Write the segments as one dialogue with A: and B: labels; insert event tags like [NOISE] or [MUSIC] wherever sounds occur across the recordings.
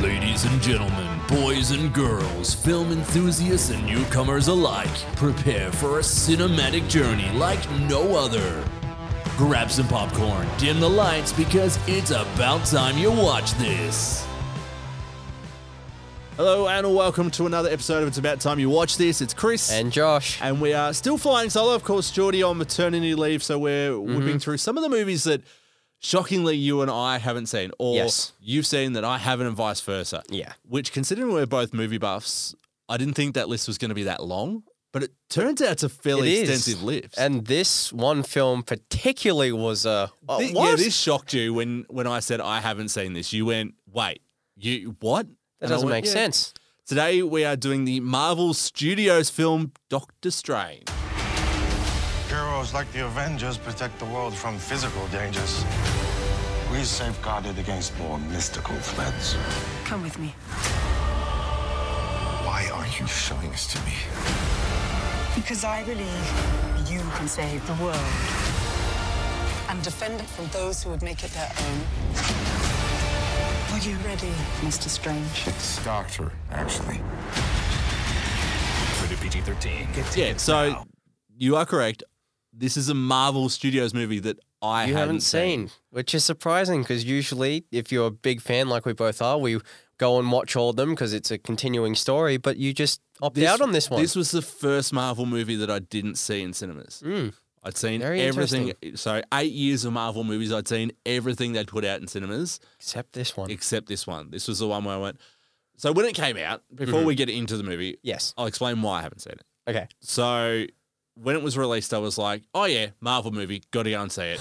A: Ladies and gentlemen, boys and girls, film enthusiasts and newcomers alike, prepare for a cinematic journey like no other. Grab some popcorn, dim the lights, because it's about time you watch this.
B: Hello and welcome to another episode of It's About Time You Watch This. It's Chris.
C: And Josh.
B: And we are still flying solo. Of course, Geordie on maternity leave, so we're
C: Mm-hmm.
B: whipping through some of the movies that shockingly you and I haven't seen, or
C: Yes.
B: you've seen that I haven't, and vice versa.
C: Yeah.
B: Which, considering we're both movie buffs, I didn't think that list was going to be that long, but it turns out it's a
C: It
B: fairly
C: is.
B: extensive list.
C: And this one film particularly was a uh,
B: Thi-
C: what?
B: Yeah, this shocked you when when I said I haven't seen this. You went, wait, you what?
C: that
B: And I
C: doesn't
B: went,
C: make
B: "Yeah."
C: sense.
B: Today we are doing the Marvel Studios film Doctor Strange.
D: Heroes like the Avengers protect the world from physical dangers. We safeguard it against more mystical threats.
E: Come with me.
D: Why are you showing this to me?
E: Because I believe you can save the world and defend it from those who would make it their own. Are you ready, Mr. Strange?
D: It's Doctor, actually.
B: Yeah, so you are correct. This is a Marvel Studios movie that I
C: You
B: hadn't
C: haven't seen, which is surprising because usually, if you're a big fan like we both are, we go and watch all of them because it's a continuing story. But you just opt out on this one.
B: This was the first Marvel movie that I didn't see in cinemas. I'd seen
C: Hmm. Very
B: everything. So eight years of Marvel movies, I'd seen everything they'd put out in cinemas.
C: Except this one.
B: except this one. This was the one where I went. So when it came out, before
C: Mm-hmm.
B: we get into the movie,
C: Yes.
B: I'll explain why I haven't seen it.
C: Okay.
B: So when it was released, I was like, oh yeah, Marvel movie, got to go and see
C: [LAUGHS]
B: it.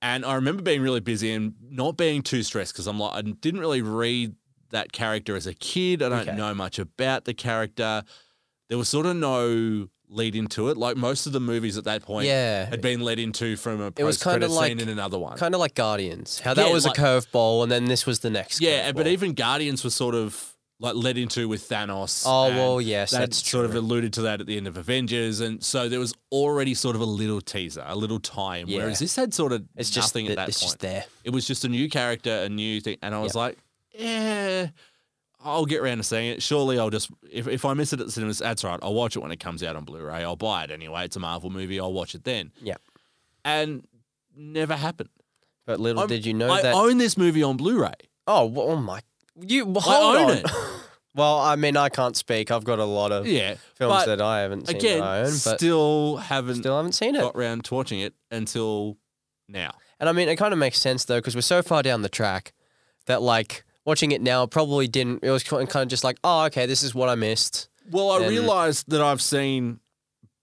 B: and I remember being really busy and not being too stressed because I'm like, I didn't really read that character as a kid. I don't
C: Okay.
B: know much about the character. There was sort of no lead into it. Like most of the movies at that point
C: Yeah.
B: had been led into from a
C: It was
B: post credit
C: kinda like-
B: scene in another one.
C: Kind of like Guardians, how that
B: Yeah,
C: was
B: like-
C: a curveball, and then this was the next.
B: Yeah, but
C: curveball.
B: even Guardians was sort of like led into with Thanos.
C: Oh,
B: and
C: well, yes,
B: that
C: that's
B: sort of
C: true.
B: alluded to that at the end of Avengers, and so there was already sort of a little teaser, a little time.
C: Yeah.
B: Whereas this had sort of
C: it's just
B: nothing
C: that-
B: at that
C: it's
B: point.
C: just there.
B: It was just a new character, a new thing, and I was
C: Yep.
B: like, yeah, I'll get around to seeing it. Surely I'll just if if I miss it at the cinemas, that's right. I'll watch it when it comes out on Blu-ray. I'll buy it anyway. It's a Marvel movie. I'll watch it then.
C: Yeah.
B: And never happened.
C: But little
B: I'm-
C: did you know
B: I
C: that.
B: own this movie on Blu-ray.
C: oh, well, oh my! You hold
B: own
C: on.
B: it.
C: [LAUGHS] well, I mean, I can't speak. I've got a lot of
B: Yeah,
C: films
B: but-
C: that I haven't seen
B: again,
C: that I own, but still,
B: still haven't
C: haven't seen it.
B: got round to watching it until now.
C: And I mean, it kind of makes sense though, because we're so far down the track that like watching it now probably didn't. It was kind of just like, oh, okay, this is what I missed.
B: Well, I
C: Then-
B: realised that I've seen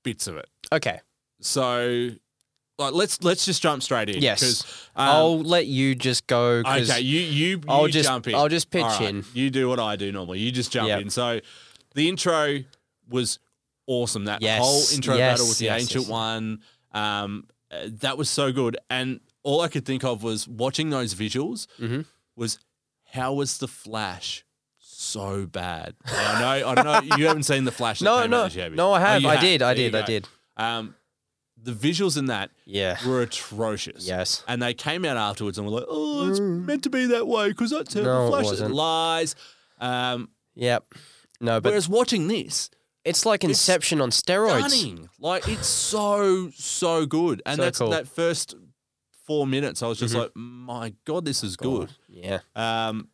B: bits of it,
C: Okay,
B: so like let's let's just jump straight in.
C: Yes.
B: 'cause,
C: I'll let you just go. 'cause-
B: um, okay, you you
C: I'll
B: you
C: just-
B: jump in.
C: I'll just pitch
B: All right,
C: in.
B: You do what I do normally. You just jump
C: Yep.
B: in. So the intro was awesome. That
C: Yes,
B: whole intro
C: yes,
B: battle with the
C: yes,
B: ancient
C: yes.
B: one, um, uh, that was so good. And all I could think of was watching those visuals.
C: Mhm.
B: Was how was the Flash? So bad. And I know. I don't know. You haven't seen the Flash. that
C: No,
B: came out
C: no,
B: this year, have you?
C: no, I
B: Oh,
C: have.
B: you
C: I did. I
B: There you
C: did. I
B: go.
C: did.
B: Um, the visuals in that
C: Yeah.
B: were atrocious.
C: Yes.
B: And they came out afterwards and were like, "Oh, it's meant to be that way because that's how
C: Mm. No,
B: the
C: it
B: Flash is."
C: wasn't.
B: lies." Um,
C: Yep. No, but
B: whereas watching this,
C: it's like Inception on steroids.
B: stunning. Like it's so so good, and
C: So
B: that's
C: cool. Mm-hmm.
B: that first four minutes. I was just like, "My God, this is good."
C: Yeah.
B: Um,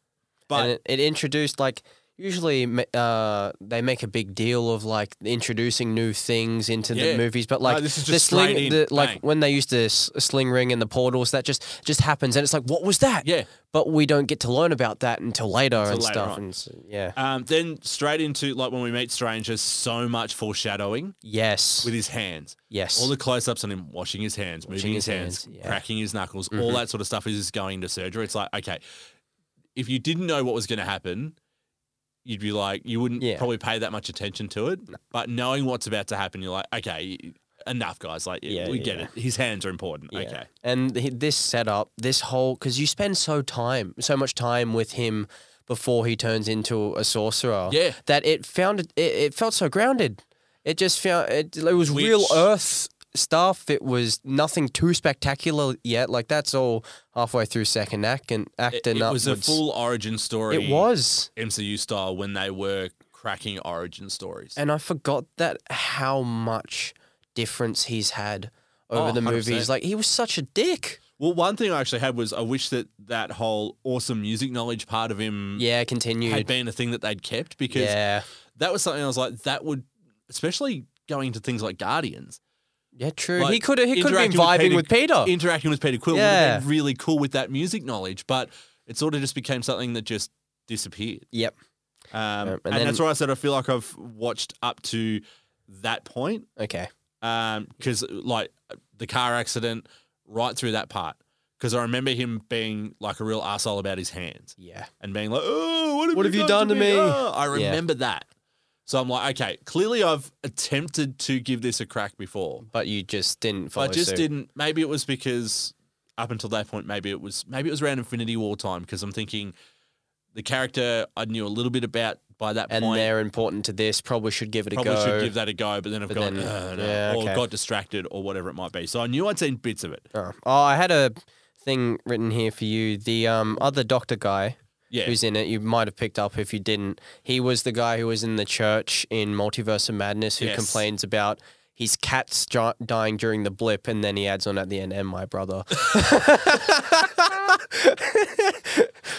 B: but
C: and it, it introduced like usually ma- uh, they make a big deal of like introducing new things into
B: Yeah.
C: the movies, but
B: No,
C: like
B: this is
C: the
B: just straight
C: sling,
B: in,
C: the,
B: bang.
C: like when they used the s- sling ring and the portals, that just just happens, and it's like, what was that?
B: Yeah.
C: but we don't get to learn about that until later and
B: later
C: stuff,
B: on.
C: and so, yeah,
B: um, then straight into like when we meet strangers, so much foreshadowing
C: yes,
B: with his hands.
C: yes,
B: All the close ups on him washing his hands, moving his,
C: his
B: hands,
C: hands, yeah. Mm-hmm.
B: cracking his knuckles, all that sort of stuff is just going to surgery. It's like, okay, if you didn't know what was going to happen, you'd be like, you wouldn't
C: Yeah.
B: probably pay that much attention to it. But knowing what's about to happen, you're like, okay, enough, guys. Like,
C: Yeah,
B: we get
C: yeah.
B: it. His hands are important.
C: Yeah.
B: Okay.
C: And he- this setup, this whole because you spend so time, so much time with him before he turns into a sorcerer.
B: Yeah.
C: That it found it. It felt so grounded. It just found it. It was
B: Which-
C: real Earth stuff. It was nothing too spectacular yet. Like that's all halfway through second act and act
B: It,
C: and
B: it was a
C: upwards.
B: full origin story.
C: It was,
B: MCU style when they were cracking origin stories.
C: and I forgot that how much difference he's had over
B: Oh, Mm.
C: the
B: 100%.
C: movies. Like he was such a dick.
B: well, one thing I actually had was I wish that that whole awesome music knowledge part of him
C: Yeah,
B: had
C: continued.
B: been a thing that they'd kept because
C: Yeah,
B: that was something I was like, that would, especially going to things like Guardians.
C: yeah, true. he
B: like,
C: could have he could have been
B: interacting
C: vibing with Peter.
B: Interacting with Peter Quill would
C: Yeah.
B: have been really cool with that music knowledge, but it sort of just became something that just disappeared.
C: yep.
B: Um,
C: and
B: and
C: then-
B: that's why I said I feel like I've watched up to that point
C: Okay.
B: because like the car accident right through that part because I remember him being like a real asshole about his hands
C: Yeah.
B: and being like, "Oh, what have,
C: What have you done to me?"
B: Ah, I
C: Yeah.
B: remember that. So I'm like, okay, clearly I've attempted to give this a crack before.
C: But you just didn't follow.
B: I just
C: suit.
B: didn't. Maybe it was because up until that point, maybe it was maybe it was around Infinity War time because I'm thinking the character I knew a little bit about by that
C: And
B: point.
C: they're important to this. Probably should give it a
B: Probably
C: go.
B: should give that a go, but then I've
C: But
B: gone
C: then-
B: "Ugh, no,"
C: yeah,
B: or
C: okay.
B: got distracted or whatever it might be. So I knew I'd seen bits of it.
C: Oh, Oh, I had a thing written here for you. The um, other doctor guy
B: Yeah,
C: who's in it, you might have picked up if you didn't. He was the guy who was in the church in Multiverse of Madness who
B: Yes.
C: complains about his cat's gi- dying during the blip, and then he adds on at the end, and my brother. [LAUGHS]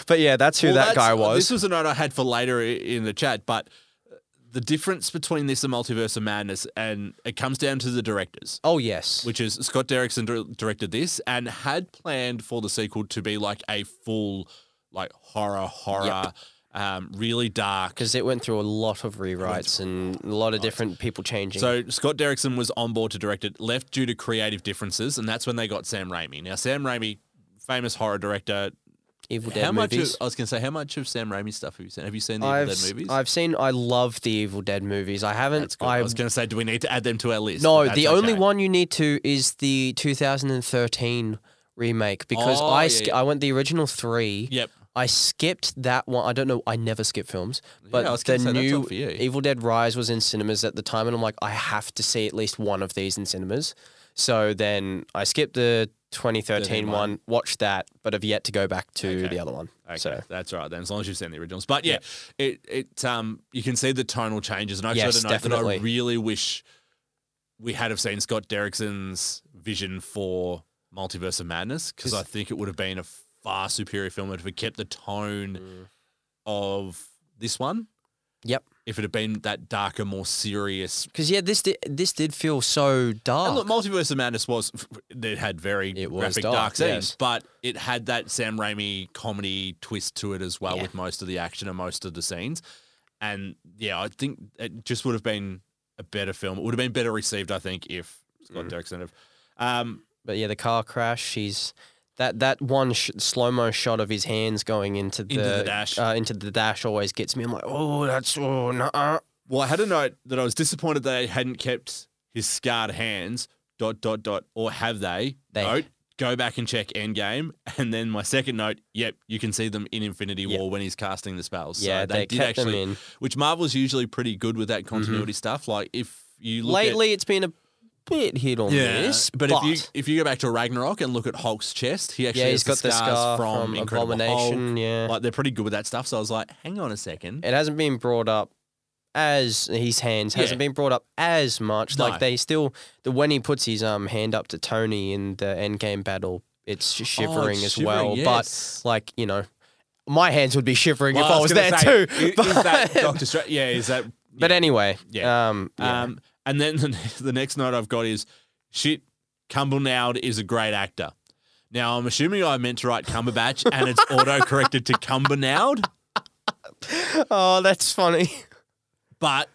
C: but yeah, that's who
B: Well,
C: that
B: that's- uh,
C: guy
B: This was
C: was.
B: a note I had for later i- in the chat, but uh, the difference between this and Multiverse of Madness, and it comes down to the directors.
C: Oh, yes.
B: which is Scott Derrickson dir- directed this and had planned for the sequel to be like a full, like horror, horror, um, really dark.
C: Because it went through a lot of rewrites and a lot of different people changing.
B: So Scott Derrickson was on board to direct it, left due to creative differences, and that's when they got Sam Raimi. Now Sam Raimi, famous horror director.
C: Evil Dead
B: how much?
C: movies.
B: Of, I was going to say, how much of Sam Raimi stuff have you seen? Have you seen the
C: I've,
B: Evil Dead movies?
C: I've seen. I love the Evil Dead movies. I haven't.
B: That's good. I,
C: I
B: was going to say, do we need to add them to our list?
C: no.
B: That's
C: The only
B: okay.
C: one you need to is the 2013 remake because
B: Oh,
C: I
B: yeah,
C: sk-
B: yeah.
C: I went the original three.
B: Yep.
C: I skipped that one. I don't know. I never skip films, but
B: I was
C: the
B: gonna say, that's
C: new
B: not for you.
C: Evil Dead Rise was in cinemas at the time, and I'm like, I have to see at least one of these in cinemas. So then I skipped the 2013
B: 13
C: one,
B: one.
C: watched that, but have yet to go back to
B: Okay.
C: the other one.
B: Okay,
C: So
B: that's right then. As long as you've seen the originals, but yeah, it it um you can see the tonal changes, and I
C: Yes,
B: sort of know that
C: definitely.
B: I really wish we had have seen Scott Derrickson's vision for Multiverse of Madness because I think it would have been a far superior film if it kept the tone
C: Mm.
B: of this one.
C: yep.
B: If it had been that darker, more serious.
C: Because yeah, this did this did feel so dark.
B: And look, Multiverse of Madness was it had very
C: It was
B: graphic
C: dark,
B: dark, scenes,
C: yes.
B: but it had that Sam Raimi comedy twist to it as well,
C: Yeah.
B: with most of the action and most of the scenes. And yeah, I think it just would have been a better film. It would have been better received, I think, if Scott Derrickson have. Um,
C: But yeah, the car crash. He's that that one sh- slow mo shot of his hands going into the,
B: the dash.
C: uh, into the dash always gets me. I'm like, oh, that's oh, nuh-uh.
B: well, I had a note that I was disappointed they hadn't kept his scarred hands. Dot dot dot. Or have they?
C: They-
B: Note. Go back and check Endgame, and then my second note. Yep, you can see them in Infinity
C: Yep.
B: War when he's casting the spells. So
C: yeah, they,
B: did
C: kept
B: actually,
C: them in. Mm-hmm.
B: which Marvel's usually pretty good with that continuity stuff. Like if you look
C: Lately, it's been a bit hit on
B: at, yeah,
C: this,
B: but, if you if you go back to Ragnarok and look at Hulk's chest, he actually
C: yeah,
B: has
C: he's got the
B: scars
C: scar
B: from,
C: from,
B: Incredible
C: Abomination.
B: Hulk.
C: Yeah,
B: Like they're pretty good with that stuff. So I was like, hang on a second.
C: it hasn't been brought up as his hands
B: Yeah.
C: hasn't been brought up as much.
B: No.
C: Like they still the when he puts his um hand up to Tony in the end game battle, it's sh-
B: Oh, it's
C: shivering as
B: shivering,
C: well.
B: yes.
C: But like you know, my hands would be shivering
B: Well,
C: if I was,
B: gonna
C: there
B: say,
C: too.
B: i- Is,
C: [LAUGHS]
B: that Doctor Strange? Yeah, is that?
C: But
B: yeah.
C: anyway,
B: Yeah.
C: um, yeah.
B: um, and then [LAUGHS] the, the next note I've got is shit. Cumbernauld is a great actor. Now I'm assuming I meant to write Cumberbatch, and
C: [LAUGHS]
B: it's auto corrected to Cumbernauld.
C: [LAUGHS] oh, that's funny.
B: but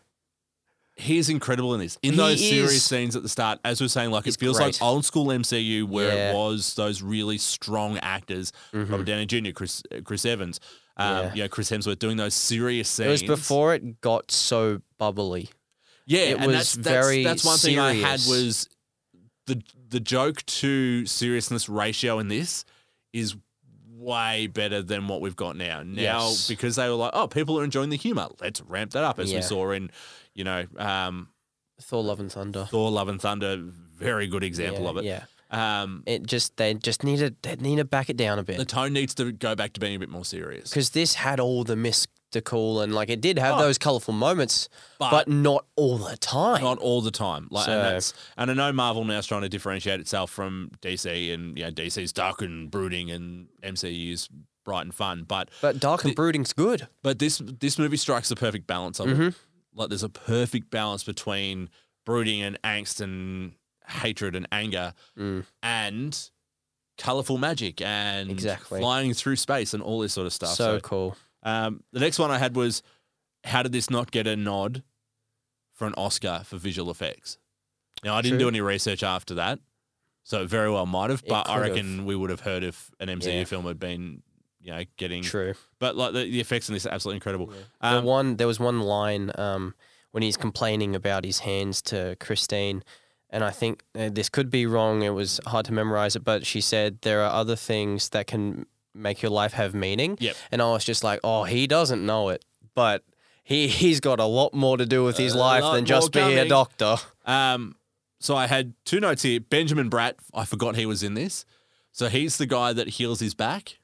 B: he is incredible in this. In those
C: He
B: serious
C: is.
B: scenes at the start, as we we're saying, like
C: He's
B: it feels
C: great.
B: like old school MCU where
C: Yeah. Mm-hmm.
B: it was those really strong actors, Robert Downey Jr., Chris uh, Chris Evans, um,
C: Yeah.
B: you know, Chris Hemsworth doing those serious scenes.
C: It was before it got so bubbly.
B: yeah,
C: it
B: and
C: was
B: that's, that's,
C: very
B: that's one thing I had
C: serious.
B: was the the joke to seriousness ratio in this is way better than what we've got now. Now
C: Yes.
B: because they were like, oh, people are enjoying the humor, let's ramp that up, as
C: Yeah.
B: we saw in, you know, um,
C: Thor: Love and Thunder.
B: Thor: Love and Thunder, very good example
C: yeah,
B: of it.
C: Yeah.
B: Um,
C: It just they just need to they need to back it down a
B: the
C: bit
B: tone needs to go back to being a bit more serious.
C: because this had all the mystical and like it did have
B: Oh.
C: those colorful moments,
B: But-
C: but, not all the time.
B: Not all the time. Like,
C: So-
B: and, that's, and I know Marvel now is trying to differentiate itself from DC, and yeah, DC's dark and brooding, and MCU's bright and fun. But
C: but Dark and Brooding's good.
B: but this this movie strikes the perfect balance of
C: Mm-hmm.
B: it. Like, there's a perfect balance between brooding and angst and hatred and anger,
C: Mm.
B: and colorful magic and
C: Exactly.
B: flying through space and all this sort of stuff.
C: so cool.
B: Um, the next one I had was, how did this not get a nod for an Oscar for visual effects? Now I didn't
C: True.
B: do any research after that, so it very well might have.
C: It
B: But I
C: could
B: reckon we would have heard if an MCU
C: Yeah.
B: film had been, you know, getting.
C: True.
B: But like the, the effects in this are absolutely incredible.
C: the
B: Um,
C: one there was one line um, when he's complaining about his hands to Christine, and I think uh, this could be wrong. It was hard to memorize it, but she said there are other things that can make your life have meaning.
B: Yep.
C: And I was just like, oh, he doesn't know it, but he he's got a lot more to do with his
B: A
C: life
B: lot
C: than just
B: more
C: being a
B: coming.
C: doctor.
B: um, so I had two notes here. Benjamin Bratt, I forgot he was in this. So he's the guy that heals his back.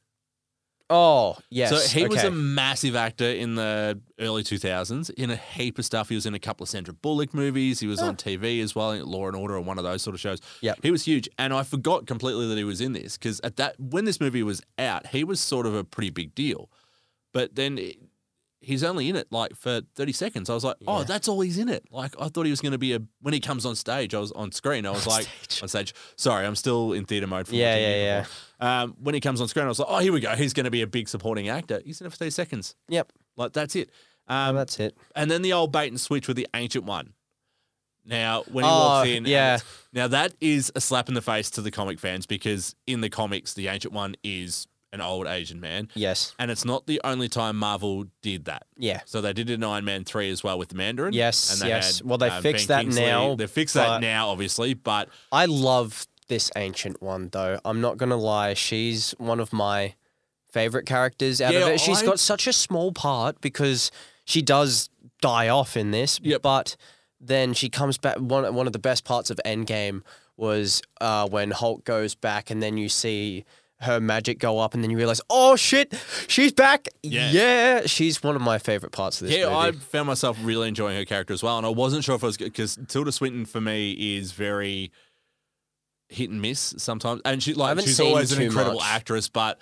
C: Oh yes.
B: So he was
C: okay.
B: a massive actor in the early 2000s in a heap of stuff. He was in a couple of Sandra Bullock movies. He was on TV as well, in Law and Order and one of those sort of shows.
C: Ah. Yep.
B: He was huge. And I forgot completely that he was in this because at that when this movie was out, he was sort of a pretty big deal. But then it- he's only in it like for 30 seconds. I was like, oh, that's all he's in it. Like I thought he was going to be a when he comes on stage, I was on screen. I was like on stage. Sorry, I'm still in theater mode. From
C: Yeah,
B: watching
C: yeah,
B: Unicorn.
C: yeah.
B: Um, when he comes on screen, I was like, oh, here we go. He's going to be a big supporting actor. He's in it for 30 seconds.
C: yep.
B: Like, that's it. Um,
C: That's it.
B: and then the old bait and switch with the ancient one. Now, when he
C: Oh,
B: walks in, and
C: yeah.
B: it's- now that is a slap in the face to the comic fans because in the comics, the ancient one is an old Asian man.
C: Yes.
B: And it's not the only time Marvel did that.
C: Yeah.
B: So they did it in Iron Man 3 as well with the Mandarin.
C: Yes,
B: And they
C: yes.
B: had,
C: Well, they
B: um,
C: fixed
B: Ben
C: that
B: Kingsley.
C: now,
B: They fixed that
C: but-
B: now, obviously, but
C: I love this ancient one though. I'm not gonna lie, she's one of my favorite characters out
B: Yeah,
C: of it. She's
B: I-
C: got such a small part because she does die off in this,
B: Yep.
C: but then she comes back. One one of the best parts of Endgame was uh, when Hulk goes back, and then you see her magic go up, and then you realize, oh shit, she's back.
B: Yeah.
C: Yeah, she's one of my favorite parts of this
B: Yeah, I
C: movie.
B: found myself really enjoying her character as well, and I wasn't sure if I was because Tilda Swinton for me is very hit and miss sometimes, and she like
C: haven't
B: she's
C: seen
B: always an
C: too
B: incredible
C: much.
B: actress, but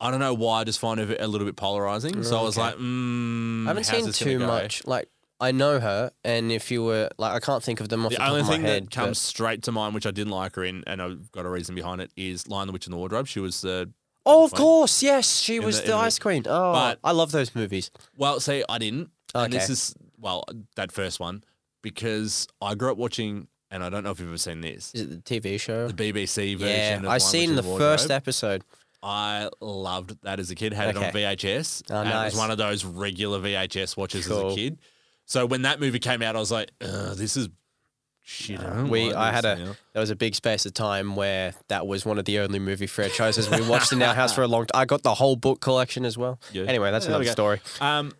B: I don't know why I just find her a little bit polarizing. so I was
C: Okay.
B: like, mm,
C: I
B: how's
C: haven't seen
B: this gonna
C: too
B: go?
C: much. Like I know her, and if you were like, I can't think of them off the,
B: The
C: top
B: only
C: of my
B: thing
C: head.
B: that
C: but-
B: comes straight to mind, which I didn't like her in, and I've got a reason behind it, is Lion the Witch in the Wardrobe. She was the
C: Oh, of
B: Fine.
C: course, yes, she
B: In
C: was
B: the-
C: the,
B: in the-
C: ice queen. Oh,
B: But-
C: I love those movies.
B: Well, see, I didn't. And this
C: Okay.
B: is well that first one because I grew up watching, and I don't know if you've ever seen this.
C: Is it the TV show?
B: the BBC version.
C: Yeah,
B: of
C: I
B: Lion, Witch,
C: seen
B: and
C: the first
B: Wardrobe.
C: episode.
B: I loved that as a kid. Had it on
C: Okay.
B: VHS.
C: Oh,
B: and It was
C: nice.
B: one of those regular VHS watches as a
C: Cool.
B: kid. So when that movie came out, I was like, Ugh, "This is shit." I don't
C: We,
B: like
C: I had
B: this
C: a
B: now.
C: there was a big space of time where that was one of the only movie franchises we watched in our house for a long. time. I got the whole book collection as well.
B: [LAUGHS] Yeah.
C: Anyway, that's
B: Yeah, there we
C: another
B: go.
C: story.
B: Um,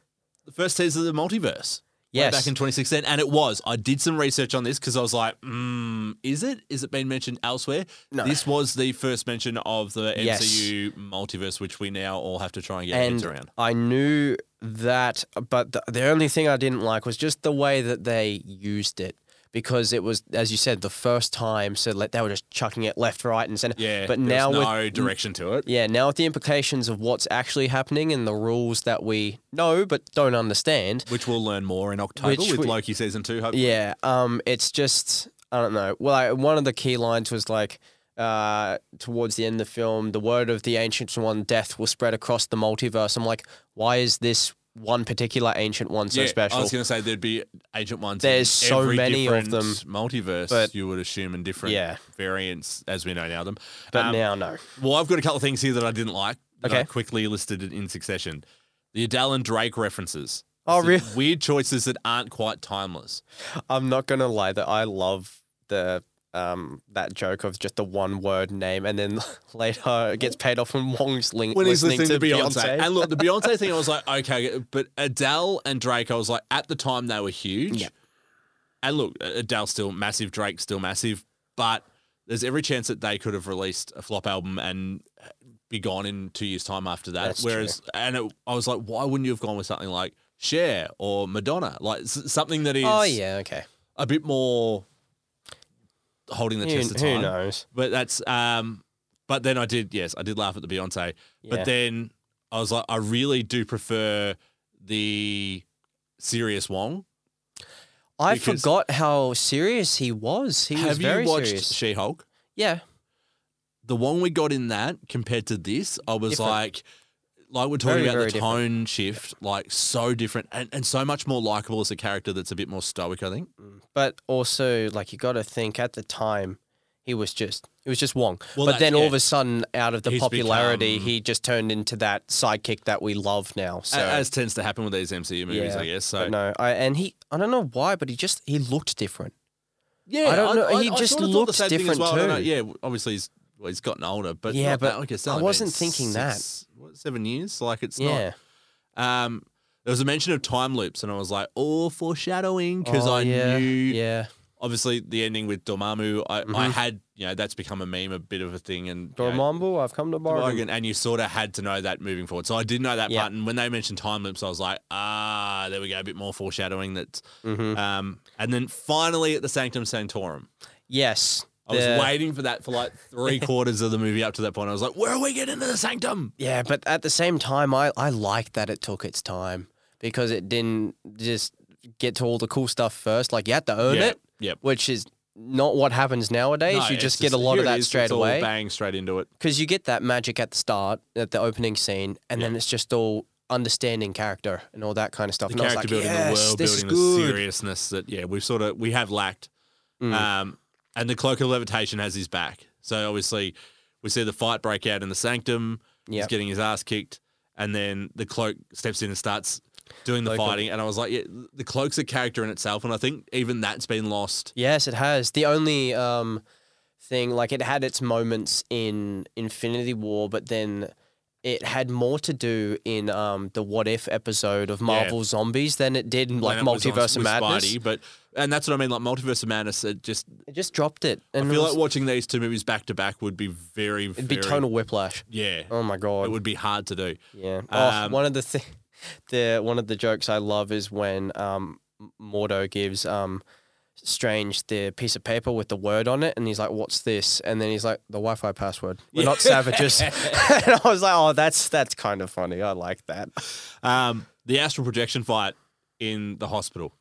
B: the first teaser of the multiverse. way
C: Yes.
B: back in 2016, and it was. I did some research on this because I was like, mm, "Is it? Is it been mentioned elsewhere?"
C: No.
B: This was the first mention of the MCU
C: Yes.
B: multiverse, which we now all have to try and get our heads
C: and
B: around.
C: I knew that, but the, the only thing I didn't like was just the way that they used it because it was, as you said, the first time. So like, they were just chucking it left, right, and center.
B: Yeah,
C: but
B: there was
C: now with
B: no direction to it.
C: Yeah, now with the implications of what's actually happening and the rules that we know but don't understand.
B: which we'll learn more in October
C: Which
B: with
C: we-
B: Loki season two. Hopefully.
C: Yeah, um, it's just I don't know. Well, I, one of the key lines was like uh, towards the end of the film, the word of the ancient one, death, will spread across the multiverse. I'm like, why is this one particular ancient one so special?
B: I was going to say there'd be Agent Ones.
C: There's
B: in
C: so
B: every
C: many of
B: different
C: them,
B: Multiverse,
C: but-
B: you would assume, in different
C: Yeah.
B: variants as we know now them.
C: but
B: Um,
C: now no.
B: well, I've got a couple of things here that I didn't like. That I
C: Okay.
B: quickly listed it in succession. The Adele and Drake references.
C: Oh,
B: It's
C: really?
B: the Weird choices that aren't quite timeless.
C: I'm not gonna lie that I love the um that joke of just the one word name and then [LAUGHS] later it gets paid off when Wong's link
B: When he's
C: listening
B: listening to Beyonce.
C: Beyonce.
B: And look, the Beyonce thing, I was like, okay, but Adele and Drake, I was like, at the time they were huge.
C: Yeah.
B: and look, Adele's still massive, Drake's still massive, but there's every chance that they could have released a flop album and uh, be gone in two years' time after that.
C: That's
B: Whereas, and it, I was like, why wouldn't you have gone with something like Cher or Madonna, like s- something that is
C: Oh yeah, okay.
B: a bit more holding the
C: Who,
B: chest of
C: who
B: time.
C: knows?
B: But that's um but then I did yes, I did laugh at the Beyonce.
C: Yeah.
B: But then I was like, I really do prefer the serious Wong.
C: I
B: Because-
C: forgot how serious he was. He was
B: Have
C: very
B: you watched
C: serious.
B: She Hulk?
C: yeah,
B: The Wong we got in that compared to this, I was
C: Different.
B: like like we're talking
C: Very,
B: about
C: very
B: the
C: different.
B: tone shift, like so different and, and so much more likable as a character that's a bit more stoic, I think.
C: but also like you got to think at the time he was just it was just Wong.
B: Well,
C: but
B: that's-
C: then all of
B: yeah.
C: a sudden, out of the
B: He's
C: popularity,
B: become-
C: he just turned into that sidekick that we love now. So
B: A- As tends to happen with these MCU movies,
C: yeah,
B: I guess. So
C: But no, I and he I don't know why, but he just he looked different.
B: Yeah,
C: I don't know. He
B: sorta
C: just
B: thought the
C: looks
B: same thing as
C: different
B: well. I don't know.
C: too.
B: Yeah, obviously he's well, he's gotten older, but
C: Yeah,
B: not that-
C: but
B: like it's
C: I
B: only been
C: wasn't thinking that.
B: six- What, seven years? Like it's
C: yeah,
B: not. Um, there was a mention of time loops, and I was like, oh, foreshadowing, because
C: Oh,
B: I
C: yeah,
B: knew.
C: yeah. Mm-hmm.
B: Obviously, the ending with Dormammu, I, I had you know that's become a meme, a bit of a thing, and you know,
C: Dormammu, I've come to bargain.
B: Logan, and you sort of had to know that moving forward. So I did know that
C: Yeah.
B: part. And when they mentioned time loops, I was like, ah, there we go, a bit more foreshadowing. That's
C: Mm-hmm.
B: um, and then finally at the Sanctum Sanctorum.
C: Yes,
B: I was
C: the-
B: waiting for that for like
C: [LAUGHS]
B: three quarters of the movie up to that point. I was like, where are we getting into the sanctum?
C: Yeah, but at the same time, I, I like that it took its time because it didn't just get to all the cool stuff first. Like you had to earn
B: Yeah,
C: it,
B: yep.
C: which is not what happens nowadays.
B: No,
C: you
B: it's
C: just get a lot
B: here
C: of
B: it
C: that
B: is.
C: straight
B: It's all
C: away
B: bang straight into it.
C: because you get that magic at the start, at the opening scene, and then it's just all understanding character and all that kind of stuff.
B: The
C: and
B: character
C: I was like,
B: building,
C: yes,
B: the world
C: this
B: building,
C: is
B: the
C: good. Mm.
B: seriousness that yeah, we've sort of we have lacked. Um, and the cloak of levitation has his back. So obviously, we see the fight break out in the sanctum. He's
C: Yep.
B: getting his ass kicked, and then the cloak steps in and starts doing the
C: Cloak of-
B: fighting. And I was like, yeah, the cloak's a character in itself, and I think even that's been lost.
C: Yes, it has. The only um, thing, like, it had its moments in Infinity War, but then it had more to do in um, the What If episode of Marvel Zombies than it did in, like,
B: when it was on-
C: Multiverse of
B: with
C: Madness.
B: Spidey, but and that's what I mean. Like Multiverse of Madness, it just
C: It just dropped it. And
B: I
C: it
B: feel
C: was-
B: like watching these two movies back to back would be very,
C: it'd be
B: very-
C: total whiplash.
B: Yeah,
C: Oh, my God.
B: it would be hard to do.
C: Yeah. Oh, one
B: Um,
C: of the thi- [LAUGHS] the one of the jokes I love is when um, M- Mordo gives um, Strange the piece of paper with the word on it, and he's like, "What's this?" And then he's like, "The Wi-Fi password. We're not
B: [LAUGHS]
C: savages." [LAUGHS] and I was like, "Oh, that's that's kind of funny. I like that."
B: Um, the astral projection fight in the hospital.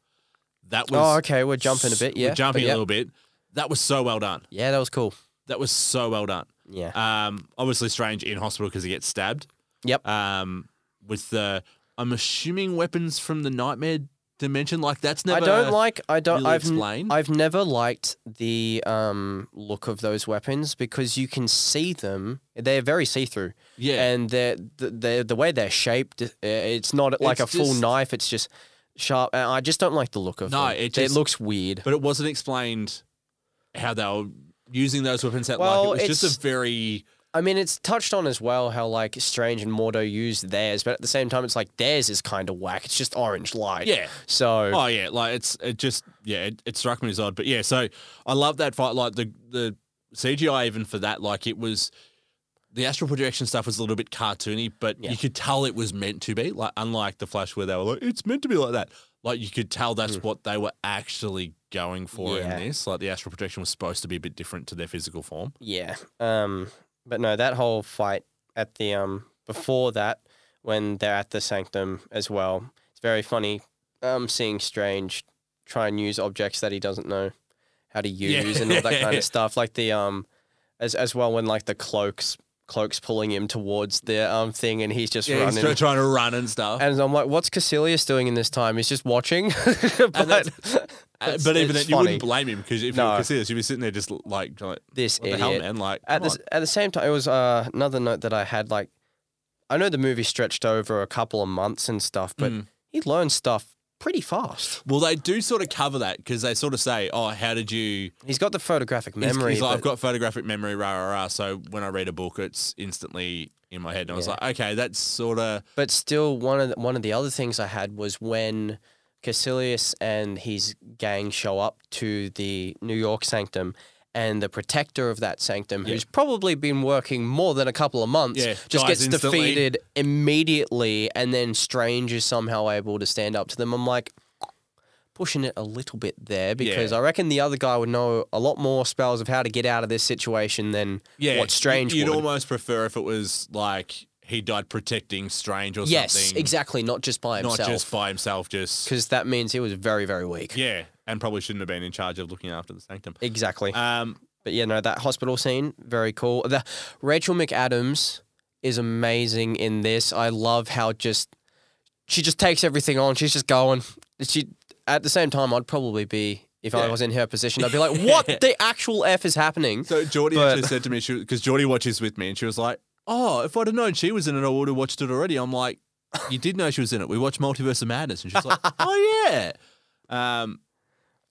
B: That was
C: oh, okay. We're jumping a bit.
B: we're
C: Yeah,
B: jumping
C: but
B: a
C: yeah.
B: little bit. That was so well done.
C: Yeah, that was cool.
B: That was so well done.
C: Yeah.
B: Um, obviously strange in hospital because he gets stabbed.
C: yep.
B: Um, with the I'm assuming weapons from the nightmare dimension. Like that's
C: I
B: never.
C: don't like. I don't.
B: really
C: I've n-
B: explained.
C: I've never liked the um, look of those weapons because you can see them. They're very see through.
B: Yeah.
C: and they're the the, the way they're shaped. uh, It's not like
B: It's
C: a full
B: just-
C: knife. It's just sharp. And I just don't like the look of
B: No,
C: them.
B: it
C: it
B: just-
C: looks weird.
B: But it wasn't explained how they were using those weapons. At
C: Well,
B: like it was just
C: it's-
B: a very
C: I mean, it's touched on as well how like Strange and Mordo use theirs, but at the same time, it's like theirs is kind of whack. It's just orange light.
B: Yeah.
C: So
B: Oh yeah, like it's it just yeah, it, it struck me as odd, but yeah. So I love that fight. Like the the CGI even for that, like it was the astral projection stuff was a little bit cartoony, but
C: Yeah.
B: you could tell it was meant to be. Like unlike the Flash, where they were like, it's meant to be like that. Like you could tell that's what they were actually going for
C: Hmm. Yeah.
B: in this. Like the astral projection was supposed to be a bit different to their physical form.
C: Yeah. Um, but no, that whole fight at the um before that, when they're at the sanctum as well, it's very funny. Um, seeing Strange try and use objects that he doesn't know how to
B: Yeah.
C: use and all
B: [LAUGHS]
C: that kind of stuff. Like the um, as as well when like the cloaks cloaks pulling him towards the um thing and he's just
B: Yeah, [LAUGHS]
C: running.
B: he's try- trying to run and stuff.
C: and I'm like, what's Cassilius doing in this time? He's just watching. [LAUGHS] but
B: that's- Uh,
C: it's-
B: but even
C: it's
B: then, you wouldn't
C: funny.
B: blame him because if
C: No.
B: you could see this, you'd be sitting there just like, like
C: this
B: what
C: idiot.
B: the hell, man? Like
C: at
B: come
C: the, at the same time, it was uh, another note that I had. Like, I know the movie stretched over a couple of months and stuff, but
B: Mm.
C: he learned stuff pretty fast.
B: Well, they do sort of cover that because they sort of say, "Oh, how did you?"
C: He's got the photographic
B: He's-
C: memory.
B: he's like, I've
C: but-
B: got photographic memory, rah rah rah. So when I read a book, it's instantly in my head, and I was
C: Yeah.
B: like, "Okay, that's sort of
C: But still, one of the, one of the other things I had was when Cassilius and his gang show up to the New York sanctum. And the protector of that sanctum, who's probably been working more than a couple of months,
B: Yeah,
C: just
B: dies
C: gets
B: instantly.
C: defeated immediately. And then Strange is somehow able to stand up to them. I'm like, pushing it a little bit there because
B: Yeah.
C: I reckon the other guy would know a lot more spells of how to get out of this situation than
B: Yeah,
C: what Strange
B: You'd
C: would.
B: almost prefer if it was like he died protecting Strange or
C: yes,
B: something.
C: exactly. Not just by
B: Not just
C: himself,
B: by himself, just
C: because that means he was very, very weak.
B: yeah, and probably shouldn't have been in charge of looking after the sanctum.
C: Exactly.
B: Um,
C: but yeah, no, that hospital scene, very cool. The Rachel McAdams is amazing in this. I love how just she just takes everything on. She's just going. She at the same time, I'd probably be if I
B: Yeah.
C: was in her position. I'd
B: [LAUGHS]
C: be like, what the actual f is happening?
B: so Geordie
C: But-
B: actually said to me, because Geordie watches with me, and she was like, "Oh, if I'd have known she was in it, I would have watched it already." I'm like, "You did know she was in it. We watched Multiverse of Madness," and she's
C: [LAUGHS]
B: like, "Oh yeah." Um,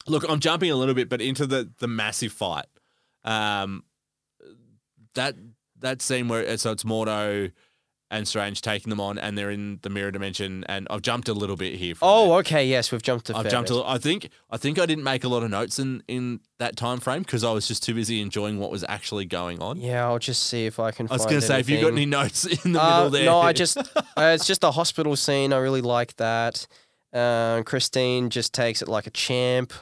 B: look, I'm jumping a little bit, but into the the massive fight. Um, that that scene where so it's Mordo and Strange taking them on, and they're in the mirror dimension. And I've jumped a little bit here. from
C: Oh,
B: there.
C: okay. Yes, we've jumped. A
B: I've
C: fair
B: jumped.
C: bit.
B: A, li- I think I think I didn't make a lot of notes in in that time frame because I was just too busy enjoying what was actually going on.
C: Yeah, I'll just see if I can.
B: I was
C: find
B: going to say, if you got any
C: anything.
B: notes [LAUGHS] in the
C: Uh,
B: middle there, [LAUGHS]
C: No, I just uh, it's just a hospital scene. I really like that. Uh, Christine just takes it like a champ.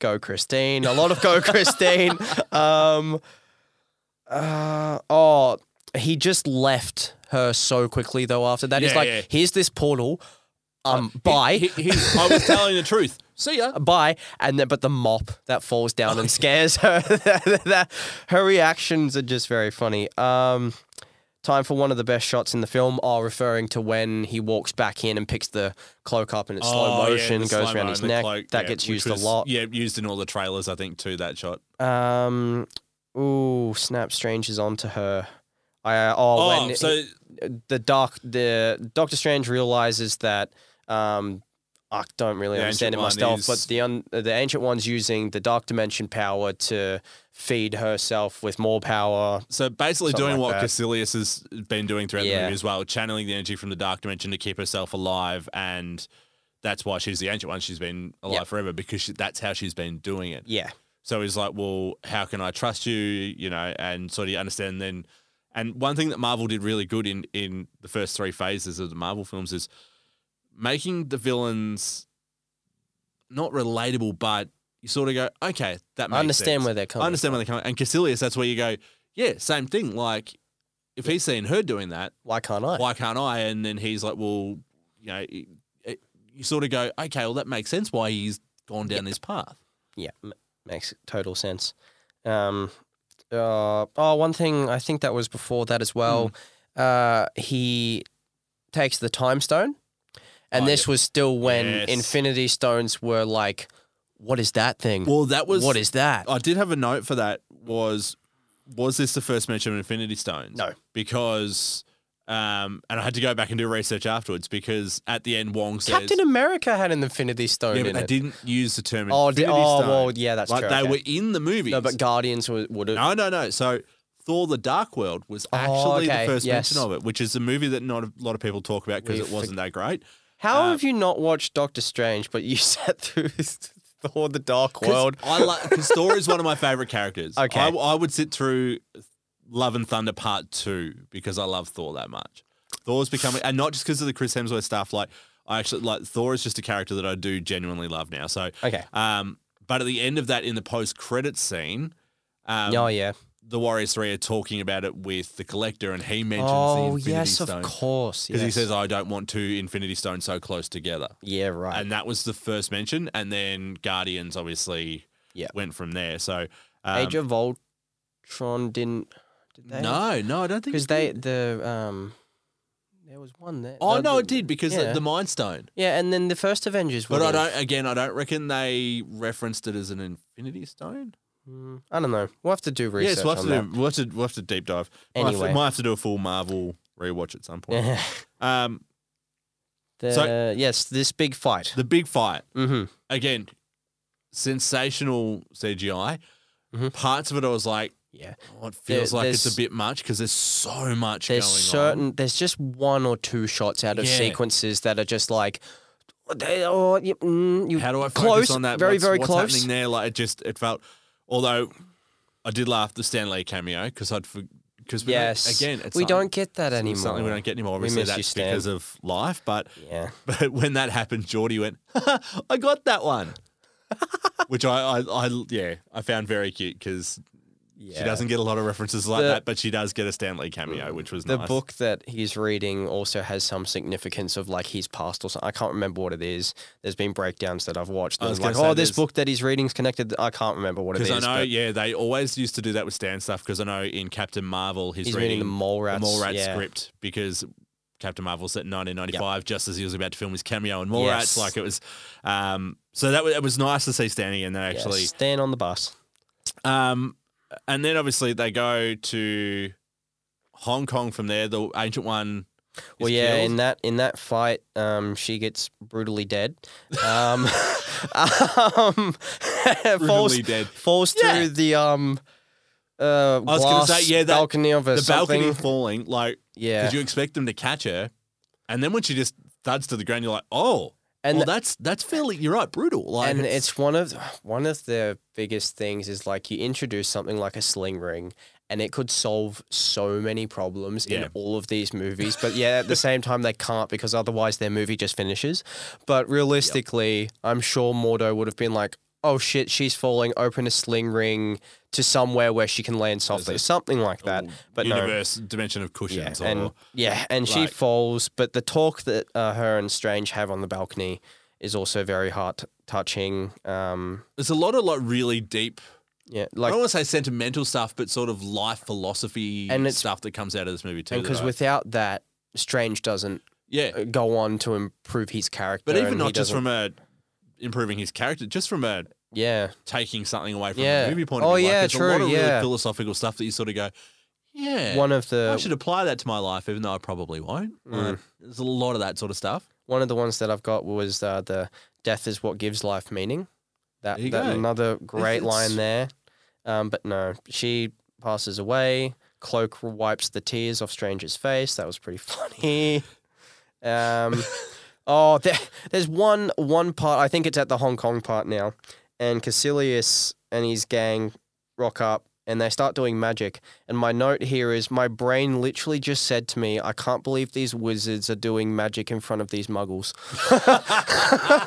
C: Go Christine! A lot
B: [LAUGHS]
C: of go Christine. Um, uh, oh, he just left her so quickly though. After that, he's
B: Yeah,
C: like,
B: yeah. Uh,
C: "Here's this portal. Um, bye."
B: He- he- he- I was telling the truth. See ya.
C: Bye, and then but the mop that falls down and scares her. [LAUGHS] that, her reactions are just very funny. Um, time for one of the best shots in the film. Are referring to when he walks back in and picks the cloak up and it's [LAUGHS] slow
B: Oh, yeah,
C: motion,
B: the
C: goes
B: slow-mo
C: around his
B: and the
C: neck.
B: cloak,
C: that
B: yeah,
C: gets
B: which
C: used
B: was-
C: a lot.
B: Yeah, used in all the trailers, I think, too. That shot.
C: Um, ooh, snap! Strange is onto her. I uh, oh,
B: Oh,
C: when
B: so
C: the doc the Doctor Strange realizes that um I don't really
B: The
C: understand it
B: Ancient One
C: myself, but
B: is-
C: the un, the ancient one's using the dark dimension power to feed herself with more power.
B: so basically
C: Something
B: doing
C: like
B: what
C: that.
B: Cassilius has been doing throughout the
C: Yeah.
B: movie as well, channeling the energy from the dark dimension to keep herself alive, and that's why she's the ancient one. She's been alive
C: Yep.
B: forever because she, that's how she's been doing it.
C: Yeah,
B: So he's like, well, how can I trust you? You know, and sort of you understand then. And one thing that Marvel did really good in in the first three phases of the Marvel films is making the villains not relatable, but you sort of go, okay, that makes
C: I understand
B: sense.
C: where they're coming.
B: I understand where they're coming. And Cassilius, that's where you go, yeah, same thing. Like, if he's seen her doing that,
C: from. Why can't I?
B: why can't I? And then he's like, well, you know, it, it, you sort of go, okay, well, that makes sense why he's gone down this path.
C: Yeah, m- makes total sense. Um, uh, oh, one thing I think that was before that as well.
B: Mm.
C: Uh, he takes the time stone, and
B: Oh,
C: this was still when
B: Yes.
C: Infinity Stones were like, "What is that thing?
B: Well, that was
C: what is that?"
B: I did have a note for that. Was was this the first mention of Infinity Stones?
C: No.
B: because um, and I had to go back and do research afterwards because at the end Wong says
C: Captain America had an Infinity Stone
B: yeah,
C: in
B: but they
C: it.
B: didn't use the term
C: Oh, di-
B: Infinity
C: oh,
B: Stone.
C: well, yeah, that's
B: like
C: true,
B: they
C: okay.
B: were in the movies.
C: no, but Guardians would have.
B: no, no, no. So Thor: The Dark World was
C: Oh,
B: actually
C: okay,
B: the first
C: yes.
B: mention of it, which is a movie that not a lot of people talk about because
C: We
B: it wasn't that great.
C: How have you not watched Doctor Strange, but you [LAUGHS] sat through Thor: The Dark
B: 'Cause
C: World?
B: I like because Thor is one of my favorite characters.
C: [LAUGHS] Okay.
B: I, I would sit through Love and Thunder Part Two because I love Thor that much. Thor's becoming, and not just because of the Chris Hemsworth stuff. Like I actually like Thor is just a character that I do genuinely love now. So
C: Okay.
B: Um, but at the end of that, in the post credit scene, um,
C: oh yeah.
B: the Warriors Three are talking about it with the Collector, and he mentions the
C: Oh
B: Infinity
C: yes,
B: Stone
C: of course.
B: because he
C: yes.
B: says, "I don't want two Infinity Stones so close together."
C: Yeah, right.
B: and that was the first mention. And then Guardians obviously
C: Yeah.
B: went from there. So um,
C: Age of Ultron didn't. Did they?
B: no, no, I don't think
C: because
B: it did.
C: they the um, there was one there.
B: Oh
C: the-
B: no,
C: the-
B: it did because
C: yeah.
B: the, the Mind Stone.
C: Yeah, and then the first Avengers. Were
B: But I
C: there.
B: don't. Again, I don't reckon they referenced it as an Infinity Stone.
C: Mm, I don't know. We'll have to do research
B: yes, we'll have,
C: on
B: to do, we'll, have to, we'll have to deep dive. Might have to-
C: Anyway.
B: might have to do a full Marvel rewatch at some
C: [LAUGHS]
B: point.
C: that.
B: um,
C: the,
B: So-
C: yes, this big fight.
B: the big fight
C: mm-hmm.
B: again, sensational CGI.
C: Mhm.
B: Parts of it, I was like,
C: Yeah.
B: oh, it feels
C: There-
B: like it's
C: there's-
B: a bit much because there's so much
C: There's
B: going on.
C: certain. There's just one or two shots out of
B: Yeah.
C: sequences that are just like, Oh, you, mm, you
B: How do I focus
C: close,
B: on that?
C: Very,
B: what's,
C: very
B: what's
C: close.
B: happening there? Like it just it felt. Although, I did laugh at the Stanley cameo because I'd because we don't-
C: Yes.
B: again it's
C: we
B: something-
C: don't get that anymore.
B: It's something we don't get anymore.
C: We
B: Obviously,
C: miss you,
B: that's
C: Stan.
B: because of life. But
C: Yeah.
B: [LAUGHS] but when that happened, Geordie went, [LAUGHS] "I got that
C: [LAUGHS]
B: one," which I, I I yeah I found very cute because
C: Yeah.
B: she doesn't get a lot of references like
C: The-
B: that, but she does get a Stanley cameo, which was
C: the
B: nice.
C: book that he's reading also has some significance of like his past or something. I can't remember what it is. There's been breakdowns that I've watched.
B: I
C: And
B: was
C: like,
B: gonna say
C: oh, this
B: there's-
C: book that he's reading's connected. I can't remember what it is.
B: Because I know,
C: but
B: yeah, they always used to do that with Stan stuff. Because I know in Captain Marvel, he's,
C: he's reading the mole rats.
B: Mallrats
C: yeah.
B: script because Captain Marvel set in 1995, just as he was about to film his cameo in Mallrats.
C: Yes.
B: Like it was, um, so that was, it was nice to see Stan again. Then
C: Yeah,
B: actually,
C: Stan on the bus.
B: Um, and then obviously they go to Hong Kong from there. The ancient one. is
C: Well, yeah,
B: killed.
C: in that in that fight, um, she gets brutally dead. Um, [LAUGHS] um, [LAUGHS] falls,
B: Brutally dead.
C: falls
B: Yeah.
C: through the um, uh,
B: I was gonna
C: glass
B: say, yeah, that-
C: balcony of a
B: the
C: something.
B: balcony falling, like
C: yeah,
B: because you expect them to catch her, and then when she just thuds to the ground, you're like, oh,
C: And
B: well,
C: the-
B: that's that's fairly. You're right, brutal. Like,
C: and it's one of one of the biggest things is like you introduce something like a sling ring and it could solve so many problems
B: Yeah.
C: in all of these movies but yeah at the same time they can't because otherwise their movie just finishes but realistically i'm sure mordo would have been like oh shit she's falling open a sling ring to somewhere where she can land softly
B: it-
C: something like that but no
B: universe dimension of cushions.
C: yeah, and
B: or,
C: yeah, and she
B: like-
C: falls. But the talk that uh, her and Strange have on the balcony is also very heart touching. Um,
B: there's a lot of like really deep.
C: yeah,
B: I
C: like
B: don't want to say sentimental stuff, but sort of life philosophy
C: And
B: and
C: it's-
B: stuff that comes out of this movie too.
C: and because
B: right?
C: without that, Strange doesn't
B: yeah,
C: uh, go on to improve his character.
B: but even
C: and he
B: not just
C: doesn't-
B: from a improving his character, just from a
C: yeah,
B: taking something away from
C: Yeah.
B: the movie point of
C: Oh,
B: view.
C: yeah,
B: like, there's a lot
C: true,
B: of
C: yeah.
B: really philosophical stuff that you sort of go, yeah,
C: one of the Mm.
B: I should apply that to my life, even though I probably won't. Like, there's a lot of that sort of stuff.
C: one of the ones that I've got was uh, the "Death is what gives life meaning." That,
B: There you
C: that
B: go.
C: another great
B: it's-
C: line there. Um, but no, she passes away. Cloak wipes the tears off Stranger's face. That was pretty [LAUGHS] funny. Um, oh, there, there's one one part. I think it's at the Hong Kong part now, and Cassilius and his gang rock up and they start doing magic. And my note here is my brain literally just said to me, I can't believe these wizards are doing magic in front of these muggles. [LAUGHS]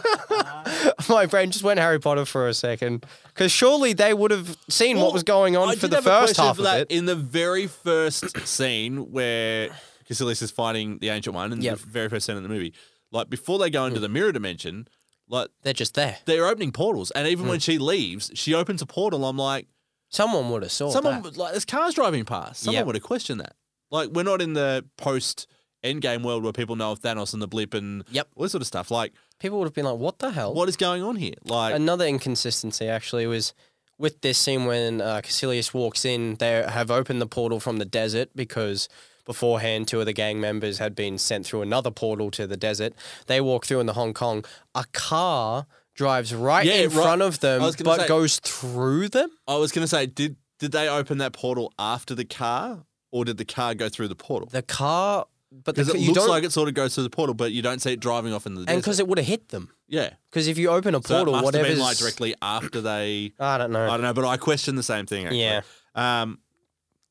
C: my brain just went Harry Potter for a second. Because surely they would have seen what
B: Well,
C: was going on
B: I
C: for
B: did
C: the
B: have a
C: first
B: question
C: half
B: for
C: of
B: that
C: it.
B: In the very first scene where Cassilius is fighting the ancient one, in
C: Yep. Hmm.
B: the very first scene in the movie, like before they go into the mirror dimension, like
C: They're just there.
B: they're opening portals, and
C: Hmm.
B: even when she leaves, she opens a portal. I'm like.
C: Someone would have saw
B: Someone
C: that.
B: would- like there's cars driving past. Someone
C: Yep.
B: would have questioned that. Like we're not in the post Endgame world where people know of Thanos and the blip and
C: Yep.
B: all this sort of stuff. Like
C: People would have been like, what the hell?
B: what is going on here? Like
C: Another inconsistency actually was with this scene when uh, Cassilius walks in. They have opened the portal from the desert because beforehand two of the gang members had been sent through another portal to the desert. They walk through into Hong Kong. A car drives right
B: Yeah,
C: in
B: right.
C: front of them,
B: I was gonna
C: but
B: say-
C: goes through them.
B: I was gonna say, did did they open that portal after the car, or did the car go through the portal?
C: The car, but the,
B: Because
C: ca-
B: it
C: you
B: looks
C: don't,
B: like it sort of goes through the portal, but you don't see it driving off in the
C: and
B: desert.
C: because it would have hit them.
B: yeah,
C: Because if you open a
B: so
C: portal,
B: it must have
C: whatever's
B: been like directly after they.
C: I don't know.
B: I don't know, but I question the same thing. Actually.
C: Yeah.
B: Um,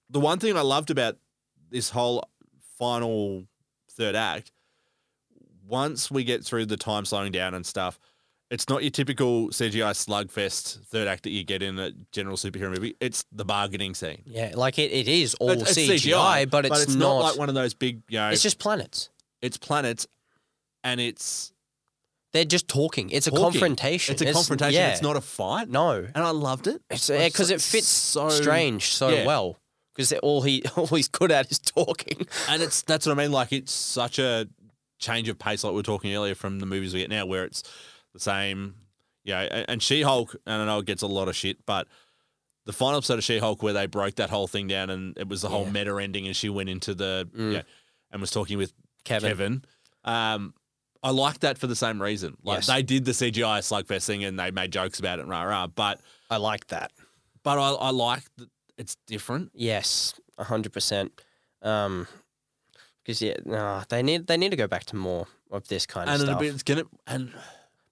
B: the one thing I loved about this whole final third act, once we get through the time slowing down and stuff, it's not your typical CGI slugfest third act that you get in a general superhero movie. It's the bargaining scene.
C: Yeah, like it, it is all
B: It's- it's
C: CGI, but it's,
B: not, like one of those big, you know,
C: it's just planets.
B: it's planets and it's
C: They're just talking. It's a
B: talking.
C: confrontation.
B: It's a confrontation.
C: yeah.
B: It's not a fight.
C: No,
B: And I loved it.
C: it's
B: Like,
C: because it fits
B: so-
C: strange so
B: yeah.
C: well. Because all he [LAUGHS] all he's good at is talking.
B: and it's that's what I mean. Like it's such a change of pace, like we were talking earlier from the movies we get now, where it's the same. Yeah, and, and She Hulk, and I know it gets a lot of shit, but the final episode of She Hulk where they broke that whole thing down, and it was the whole
C: Yeah. Mm.
B: meta ending, and she went into the yeah, and was talking with
C: Kevin.
B: Kevin. Um, I liked that for the same reason. Like
C: Yes.
B: they did the CGI slugfest thing, and they made jokes about it, and rah rah. But
C: I like that.
B: but I, I like that it's different.
C: Yes, hundred percent. Um, because yeah, nah, they need they need to go back to more of this kind of
B: and it'll
C: stuff.
B: be, it's gonna and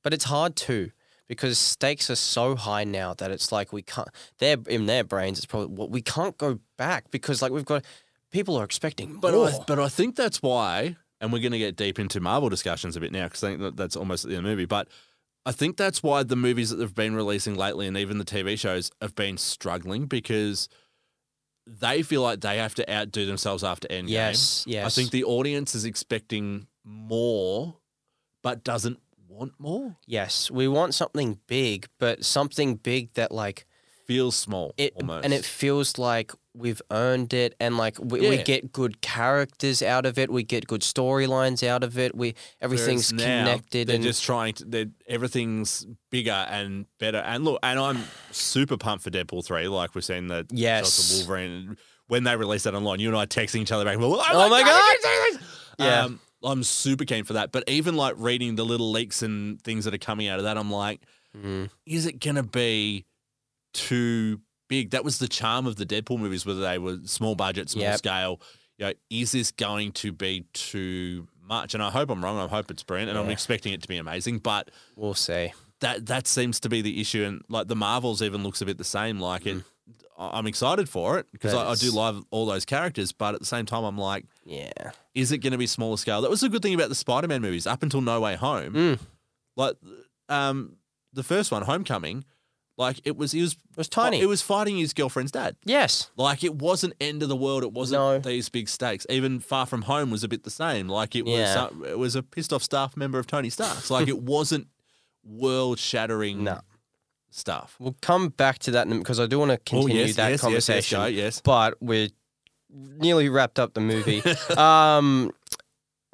C: But it's hard too because stakes are so high now that it's like we can't. They're in their brains. It's probably well, we can't go back because like we've got people are expecting
B: But
C: more.
B: I, but I think that's why, and we're going to get deep into Marvel discussions a bit now because I think that that's almost at the end of the movie. But I think that's why the movies that they've been releasing lately and even the TV shows have been struggling because they feel like they have to outdo themselves after Endgame.
C: Yes,
B: I
C: yes.
B: think the audience is expecting more, but doesn't want more.
C: yes, we want something big, but something big that like
B: Feels small
C: it
B: almost.
C: and it feels like we've earned it and like we, we
B: Yeah.
C: get good characters out of it we get good storylines out of it we everything's
B: Whereas now,
C: connected
B: They're
C: and
B: just trying to. They're, everything's bigger and better. And look, and I'm super pumped for Deadpool three. Like we've seen the shots
C: Yes.
B: of Wolverine when they released that online. You and I texting each other back. Oh,
C: oh my god Yeah.
B: Um, I'm super keen for that. But even like reading the little leaks and things that are coming out of that, I'm like,
C: Mm.
B: is it gonna be too big? That was the charm of the Deadpool movies, whether they were small budget, small
C: Yep.
B: scale. You know, is this going to be too much? And I hope I'm wrong. I hope it's brilliant, and I'm
C: Yeah.
B: expecting it to be amazing. But
C: we'll see
B: that that seems to be the issue, and like the Marvels even looks a bit the same. Like it, I- I'm excited for it because
C: Mm-hmm. That
B: I, I do
C: is-
B: love all those characters, but at the same time, I'm like,
C: yeah
B: is it going to be smaller scale? That was the good thing about the Spider-Man movies up until No Way Home.
C: Mm.
B: Like um, the first one, Homecoming, like it was it was
C: was tiny.
B: It was fighting his girlfriend's dad.
C: yes
B: Like it wasn't end of the world. It wasn't
C: No.
B: these big stakes. Even Far From Home was a bit the same. Like it was
C: Yeah.
B: uh, it was a pissed off staff member of Tony Stark's. Like
C: [LAUGHS]
B: it wasn't world shattering
C: No.
B: stuff.
C: We'll come back to that because I do want to continue
B: Oh, yes,
C: that
B: yes, yes, yes,
C: conversation.
B: Joe, yes.
C: But we're nearly wrapped up
B: [LAUGHS]
C: the movie. um,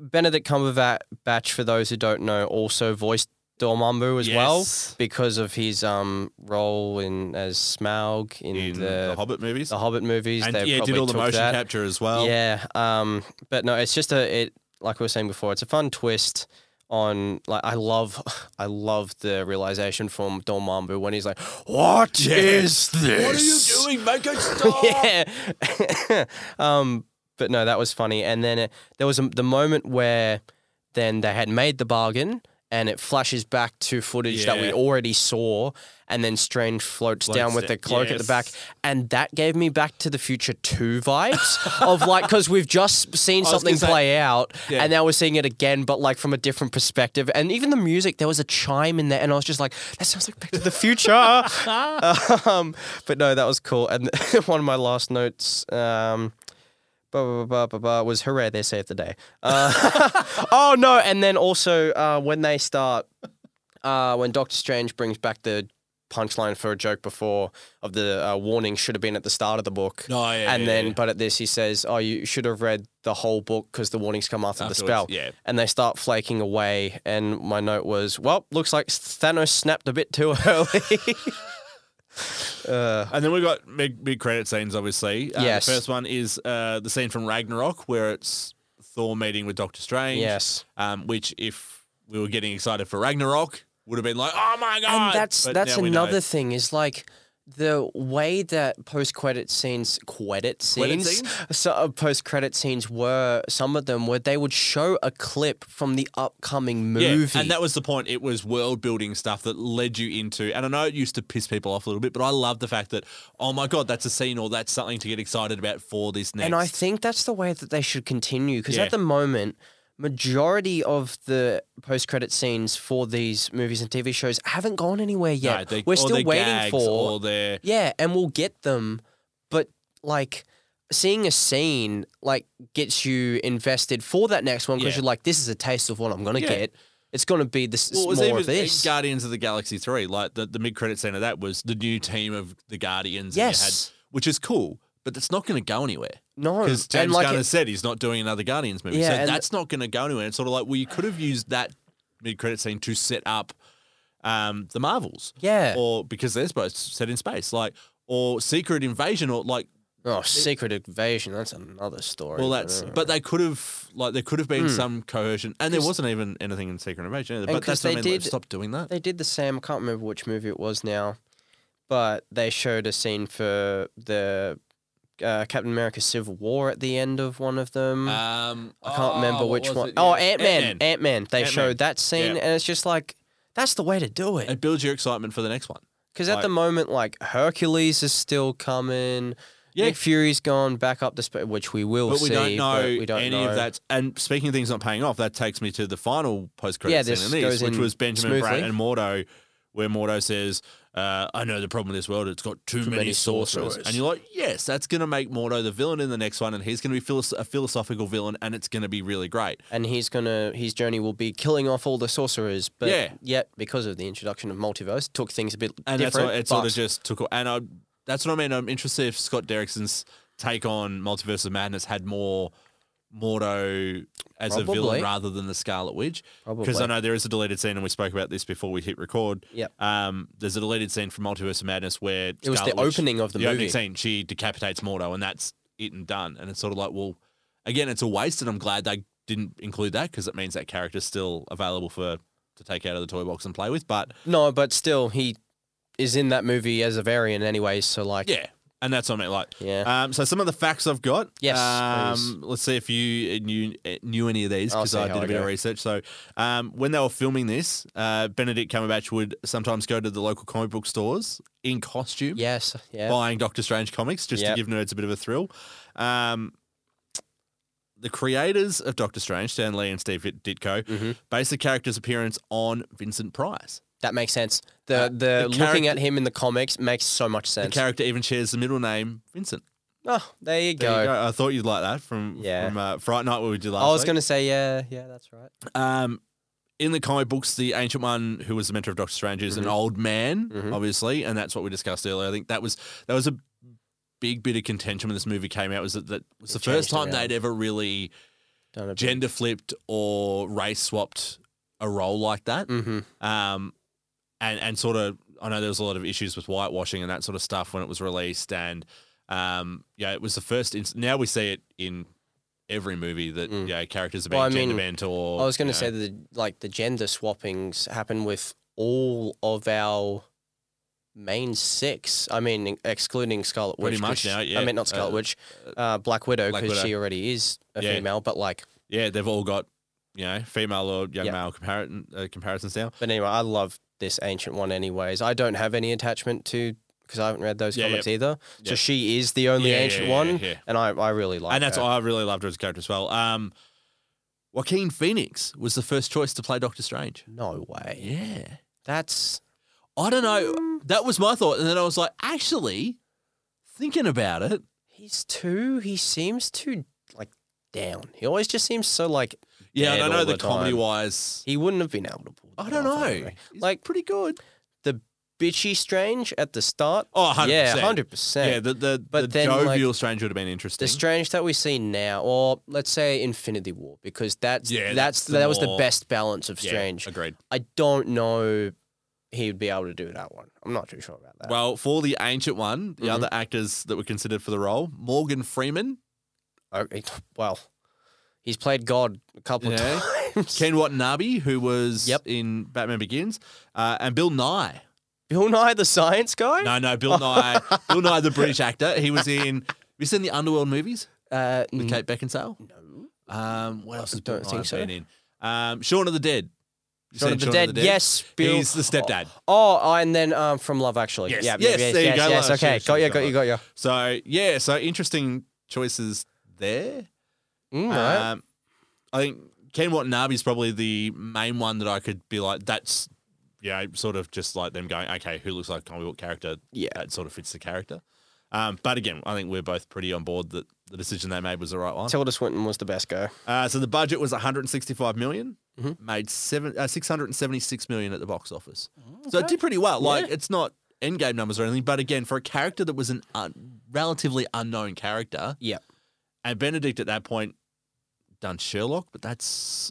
C: Benedict Cumberbatch, for those who don't know, also voiced Dormammu as
B: Yes.
C: well because of his um, role in as Smaug in,
B: In the,
C: the,
B: Hobbit movies.
C: the Hobbit movies.
B: and
C: they
B: yeah, did
C: oh, probably
B: all the
C: took
B: motion
C: that.
B: capture as well.
C: Yeah. Um, but no, it's just a it like we were saying before, it's a fun twist on like I love [LAUGHS] I love the realization from Don Mambu when he's like,
B: Oh,
C: "What is this?
B: What are you doing? Make
C: [LAUGHS]
B: it stop.
C: yeah. um, but no, that was funny. And then it, there was a, the moment where then they had made the bargain and it flashes back to footage that we
B: Yeah.
C: already saw. And then Strange floats
B: Floats
C: down with
B: it,
C: the cloak at the back.
B: yes.
C: And that gave me Back to the Future 2 vibes of like, because we've
B: [LAUGHS]
C: just seen
B: was
C: something
B: gonna say-
C: play out
B: Yeah.
C: and now we're seeing it again, but like from a different perspective. And even the music, there was a chime in there. And I was just like, that sounds like Back to the Future.
B: [LAUGHS]
C: [LAUGHS] um, but no, that was cool. And [LAUGHS] one of my last notes um, blah, blah, blah, blah, blah, was hooray, they saved the day. Uh, [LAUGHS] oh, no. And then also uh, when they start, uh, when Doctor Strange brings back the punchline for a joke before of the uh, warning should have been at the start of the book.
B: No, Oh, yeah,
C: and
B: yeah,
C: then,
B: yeah.
C: but at this, he says, oh, you should have read the whole book because the warnings come after the spell.
B: Afterwards, yeah.
C: And they start flaking away. And my note was, well, looks like Thanos snapped a bit too [LAUGHS] early.
B: And then we've got big, big credit scenes, obviously. Uh,
C: Yes.
B: The first one is uh, the scene from Ragnarok where it's Thor meeting with Doctor Strange.
C: Yes.
B: Um, which, if we were getting excited for Ragnarok, would have been like, oh my God.
C: and that's
B: But
C: that's
B: now we know.
C: another thing is like the way that post credit scenes, credit scenes,
B: scenes?
C: so uh, post credit scenes were some of them where they would show a clip from the upcoming
B: Yeah,
C: movie.
B: and that was the point. It was world building stuff that led you into, and I know it used to piss people off a little bit, but I love the fact that, oh my god, that's a scene or that's something to get excited about for this next.
C: and I think that's the way that they should continue because
B: Yeah.
C: at the moment, majority of the post credit scenes for these movies and TV shows haven't gone anywhere yet.
B: No, they-
C: We're
B: or
C: still
B: their
C: waiting
B: gags
C: for
B: or their
C: Yeah, and we'll get them, but like seeing a scene like gets you invested for that next one because
B: Yeah.
C: you're like, this is a taste of what I'm gonna
B: Yeah.
C: get. It's gonna be this
B: Well, it was
C: more
B: even
C: of this.
B: Guardians of the Galaxy three, like the, the mid credit scene of that was the new team of the Guardians. and you
C: Yes.
B: had, which is cool, but it's not going to go anywhere
C: no,
B: because
C: and
B: James
C: like
B: Gunn
C: it-
B: has said he's not doing another Guardians movie,
C: Yeah,
B: so
C: and-
B: that's not going to go anywhere. It's sort of like well, you could have used that mid credit scene to set up um, the Marvels,
C: Yeah.
B: or because they're supposed to set in space, like or Secret Invasion, or like
C: oh, Secret Invasion. That's another story.
B: well, that's but they could have like there could have been some coercion, and there wasn't even anything in Secret Invasion, either,
C: Hmm. And
B: but
C: 'cause
B: that's what I
C: they
B: mean. like,
C: did-
B: stop doing that.
C: they did the same. I can't remember which movie it was now, but they showed a scene for the uh, Captain America: Civil War at the end of one of them.
B: Um,
C: I can't
B: oh,
C: remember
B: what
C: which
B: was
C: one.
B: it?
C: Oh,
B: Yeah,
C: Ant Man.
B: Ant-Man.
C: Ant Man. They
B: Ant-Man.
C: showed that scene,
B: Yeah.
C: and it's just like that's the way to do it.
B: It builds your excitement for the next one.
C: Because at the moment, like Hercules is still coming.
B: Yeah.
C: Nick Fury's gone back up the sp- which we will
B: But we
C: see.
B: don't know
C: but we don't
B: any
C: know.
B: of that. And speaking of things not paying off, that takes me to the final post
C: Yeah,
B: credit
C: this
B: scene in
C: goes
B: this, which
C: in
B: was Benjamin Bratt
C: smoothly.
B: and Mordo, where Mordo says, uh, I know the problem with this world, it's got too, many,
C: many
B: sorcerers.
C: sorcerers.
B: And you're like, yes, that's going to make Mordo the villain in the next one, and he's going to be philo- a philosophical villain, and it's going to be really great.
C: And he's gonna his journey will be killing off all the sorcerers. But
B: Yeah.
C: yet because of the introduction of multiverse, took things a bit
B: And that's
C: different.
B: what it sort of just took. And I, that's what I mean. I'm interested if Scott Derrickson's take on Multiverse of Madness had more Mordo as a
C: Probably.
B: villain rather than the Scarlet Witch. Because
C: Probably.
B: I know there is a deleted scene, and we spoke about this before we hit record.
C: Yep.
B: Um, there's a deleted scene from Multiverse of Madness where it
C: was the opening of the movie.
B: scene. She decapitates Mordo, and that's it and done. And it's sort of like, well, again, it's a waste, and I'm glad they didn't include that because it means that character's still available for to take out of the toy box and play with. But
C: no, but still he is in that movie as a variant anyway. So like
B: Yeah. And that's what I meant. Like,
C: Yeah.
B: Um, so some of the facts I've got.
C: Yes,
B: Um, let's see if you knew uh, knew any of these
C: I'll
B: because
C: see
B: I
C: how
B: did a
C: I
B: bit of
C: go.
B: research. So, um, when they were filming this, uh, Benedict Cumberbatch would sometimes go to the local comic book stores in costume,
C: yes yeah
B: buying Doctor Strange comics just
C: Yep.
B: to give nerds a bit of a thrill. Um, the creators of Doctor Strange, Stan Lee and Steve Ditko,
C: Mm-hmm.
B: based the character's appearance on Vincent Price.
C: that makes sense. The
B: Uh,
C: the,
B: the
C: looking
B: character-
C: at him in the comics makes so much
B: The
C: sense.
B: character even shares the middle name Vincent.
C: oh, there you
B: There
C: go.
B: you go. I thought you'd like that from
C: Yeah.
B: from uh, Fright Night. What we did last?
C: I was
B: week.
C: gonna say yeah yeah that's right.
B: Um, in the comic books, the ancient one who was the mentor of Doctor Strange is
C: Mm-hmm.
B: an old man, obviously, and that's what we discussed earlier. I think that was that was a big bit of contention when this movie came out. Was that that was the first
C: changed
B: time
C: around.
B: they'd ever really
C: Done a bit.
B: gender flipped or race swapped a role like that.
C: Mhm.
B: Um, and and sort of, I know there was a lot of issues with whitewashing and that sort of stuff when it was released, and um, yeah, it was the first. Inst- now we see it in every movie that yeah, characters are being
C: Mm. Well, I
B: gender
C: mean,
B: bent or
C: I was going
B: you
C: to
B: know,
C: say that the, like the gender swappings happen with all of our main six. I mean, excluding Scarlet
B: Pretty
C: Witch.
B: much
C: 'cause she-
B: now,
C: I
B: yeah.
C: mean, not Scarlet
B: Uh,
C: Witch, uh, Black Widow,
B: Black
C: because she
B: Widow.
C: already is a
B: Yeah.
C: female. But like,
B: yeah, they've all got you know female or young
C: Yeah.
B: male comparison uh, comparisons now.
C: but anyway, I love this ancient one. Anyways, I don't have any attachment to because I haven't read those
B: Yeah,
C: comics
B: yeah.
C: either. So
B: Yeah.
C: she is the only
B: Yeah, yeah,
C: ancient
B: yeah,
C: one,
B: yeah.
C: and I, I really like.
B: and that's
C: her.
B: what I really loved her as a character as well. Um, Joaquin Phoenix was the first choice to play Doctor Strange.
C: No way.
B: Yeah,
C: That's
B: I don't know.
C: Mm.
B: That was my thought, and then I was like, actually, thinking about it,
C: he's too. He seems too like down. He always just seems so like.
B: yeah,
C: dead
B: and I know
C: all
B: the,
C: the time.
B: comedy wise,
C: he wouldn't have been able to pull.
B: I
C: that
B: don't
C: off, I
B: know,
C: think.
B: He's
C: Like
B: pretty good.
C: the bitchy strange at the start.
B: Oh, 100%.
C: yeah, hundred percent.
B: Yeah, the the,
C: But
B: the
C: then, like,
B: jovial Strange would have been interesting.
C: the strange that we see now, or let's say Infinity War, because that's
B: Yeah,
C: that's
B: that's the
C: that was the
B: more-
C: best balance of strange.
B: Yeah, agreed.
C: I don't know he would be able to do that one. I'm not too sure about that.
B: Well, for the ancient one,
C: Mm-hmm.
B: the other actors that were considered for the role, Morgan Freeman,
C: Oh, it- well, he's played God a couple
B: Yeah.
C: of times.
B: Ken Watanabe, who was
C: Yep.
B: in Batman Begins, uh, and Bill Nye.
C: [LAUGHS] Bill Nye the Science Guy?
B: No, no,
C: Oh.
B: Bill
C: [LAUGHS]
B: Nye, Bill Nye, the British actor. He was in. Have you seen the Underworld movies
C: uh,
B: with
C: n-
B: Kate Beckinsale? No. Um, what else has Bill
C: don't think
B: Nye
C: so.
B: been in? Um, Shaun of the Dead. You
C: Shaun of
B: seen
C: the Dead. Yes, Bill.
B: He's the stepdad.
C: Oh, oh, and then um, from Love Actually.
B: Yes,
C: Yeah,
B: yes,
C: yes,
B: there you
C: yes,
B: go, Oh,
C: yes.
B: Love
C: Okay,
B: Actually,
C: got you,
B: sure,
C: got you, got you.
B: So yeah, so interesting choices there.
C: Mm, right.
B: Um, I think Ken Watanabe is probably the main one that I could be like, that's, yeah, sort of just like them going, okay, who looks like a comic book character?
C: Yeah.
B: That sort of fits the character. Um, but again, I think we're both pretty on board that the decision they made was the right one.
C: Tilda Swinton was the best go.
B: Uh, so the budget was 165 million, made seven, uh, 676 million at the box office. So it did pretty well. Like it's not end game numbers or anything, but again, for a character that was an un- relatively unknown character,
C: Yeah.
B: and Benedict at that point done Sherlock, but that's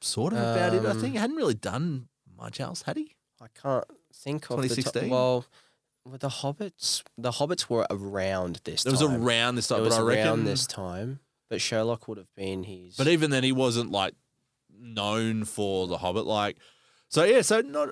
B: sort of about it. I think he hadn't really done much else, had he?
C: I can't think of the
B: 2016?
C: to- well, with the Hobbits, the Hobbits were around this
B: There was
C: time.
B: around this
C: It
B: time,
C: was
B: but I
C: around
B: reckon
C: this time, but Sherlock would have been his.
B: But even then, he wasn't like known for The Hobbit. Like, so yeah, so not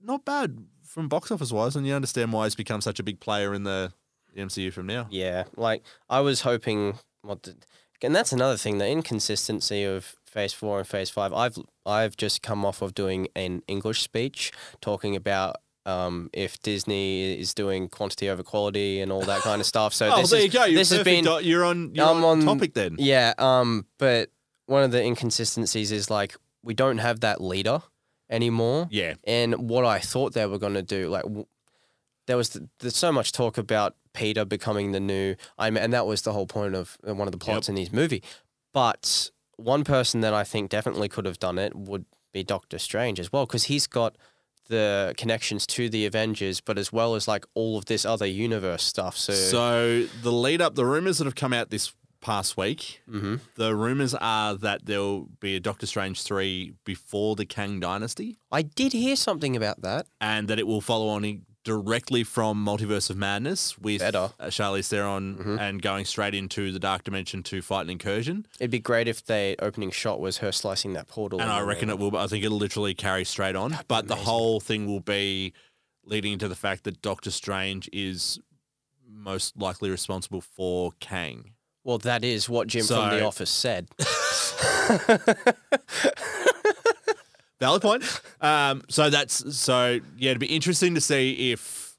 B: not bad from box office wise, and you understand why he's become such a big player in the the MCU from now.
C: Yeah, like I was hoping. What did, and that's another thing, the inconsistency of Phase Four and Phase Five. I've I've just come off of doing an English speech talking about um, if Disney is doing quantity over quality and all that kind of stuff. So
B: oh,
C: this
B: there
C: is,
B: you go. You're
C: this has
B: perfect.
C: been
B: Uh, you're on. You're
C: I'm
B: on,
C: on-
B: topic then.
C: Um, Yeah, um, but one of the inconsistencies is like we don't have that leader anymore.
B: Yeah.
C: And what I thought they were going to do, like, w- there was th- there's so much talk about Peter becoming the new I mean, and that was the whole point of uh, one of the plots in his movie. But one person that I think definitely could have done it would be Doctor Strange as well, because he's got the connections to the Avengers, but as well as like all of this other universe stuff. So,
B: So the lead up, the rumors that have come out this past week, the rumors are that there'll be a Doctor Strange three before the Kang Dynasty,
C: I did hear something about that.
B: and that it will follow on in- directly from Multiverse of Madness with
C: Better.
B: uh, Charlize Theron and going straight into the Dark Dimension to fight an incursion.
C: It'd be great if the opening shot was her slicing that portal.
B: and I reckon it will. I think it'll literally carry straight on. But the whole thing will be leading into the fact that Doctor Strange is most likely responsible for Kang.
C: Well, that is what Jim from The
B: So- um, [LAUGHS]
C: Office said.
B: Valid point. Um, so that's so yeah. It'd be interesting to see if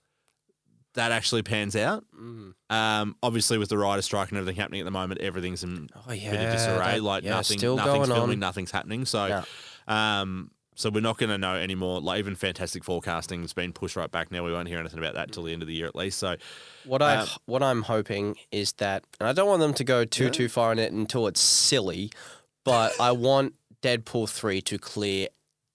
B: that actually pans out.
C: Mm.
B: Um, obviously, with the writer strike and everything happening at the moment, everything's in
C: Oh,
B: a bit
C: yeah,
B: of disarray.
C: that-
B: like
C: yeah,
B: nothing,
C: still
B: nothing's
C: going on.
B: filming, nothing's happening. So, um, so we're not going to know anymore. Like even fantastic forecasting's been pushed right back now. We won't hear anything about that till the end of the year at least. So,
C: What I
B: Um,
C: what I'm hoping is that, and I don't want them to go too too far in it until it's silly, but I want Deadpool three to clear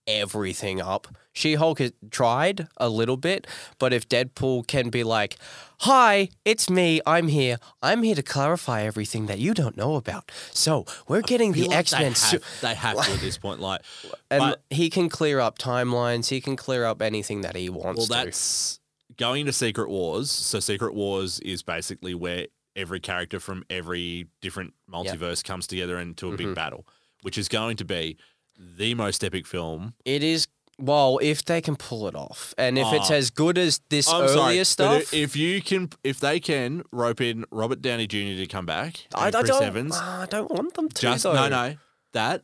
C: everything up. She Hulk tried a little bit, but if Deadpool can be like, "Hi, it's me. I'm here. I'm here to clarify everything that you don't know about." So we're getting
B: feel
C: the
B: like
C: X Men.
B: They have, they have to at
C: [LAUGHS]
B: this point. Like,
C: And
B: but-
C: he can clear up timelines. He can clear up anything that he wants
B: Well,
C: to.
B: that's going to Secret Wars. So Secret Wars is basically where every character from every different multiverse comes together into a
C: Mm-hmm.
B: big battle, which is going to be the most epic film.
C: It is well if they can pull it off, and if it's
B: Ah.
C: as good as this
B: I'm
C: earlier
B: sorry, but
C: stuff.
B: If you can, if they can rope in Robert Downey Jr. to come back,
C: I,
B: and
C: I
B: Chris
C: don't.
B: Evans,
C: ah, I don't want them to.
B: just
C: though.
B: no, no, that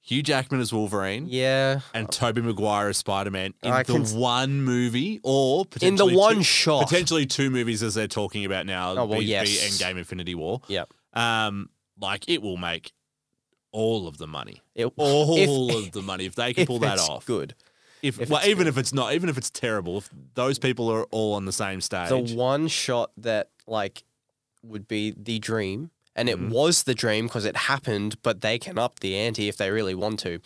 B: Hugh Jackman as Wolverine.
C: Yeah.
B: And Toby Maguire as Spider Man in
C: I
B: the
C: can s-
B: one movie, or potentially
C: one
B: two-
C: shot.
B: potentially two movies as they're talking about now.
C: Oh, well,
B: be,
C: yes.
B: be Endgame, Infinity War.
C: Yeah.
B: Um, like it will make all of the money,
C: It-
B: all
C: if-
B: of the money if they can
C: [LAUGHS] if
B: pull that
C: it's
B: off.
C: Good.
B: If,
C: if
B: well,
C: it's
B: even if it's not, even if it's terrible, if those people are all on the same stage.
C: The one shot that like would be the dream, and
B: Mm-hmm.
C: it was the dream because it happened. But they can up the ante if they really want to.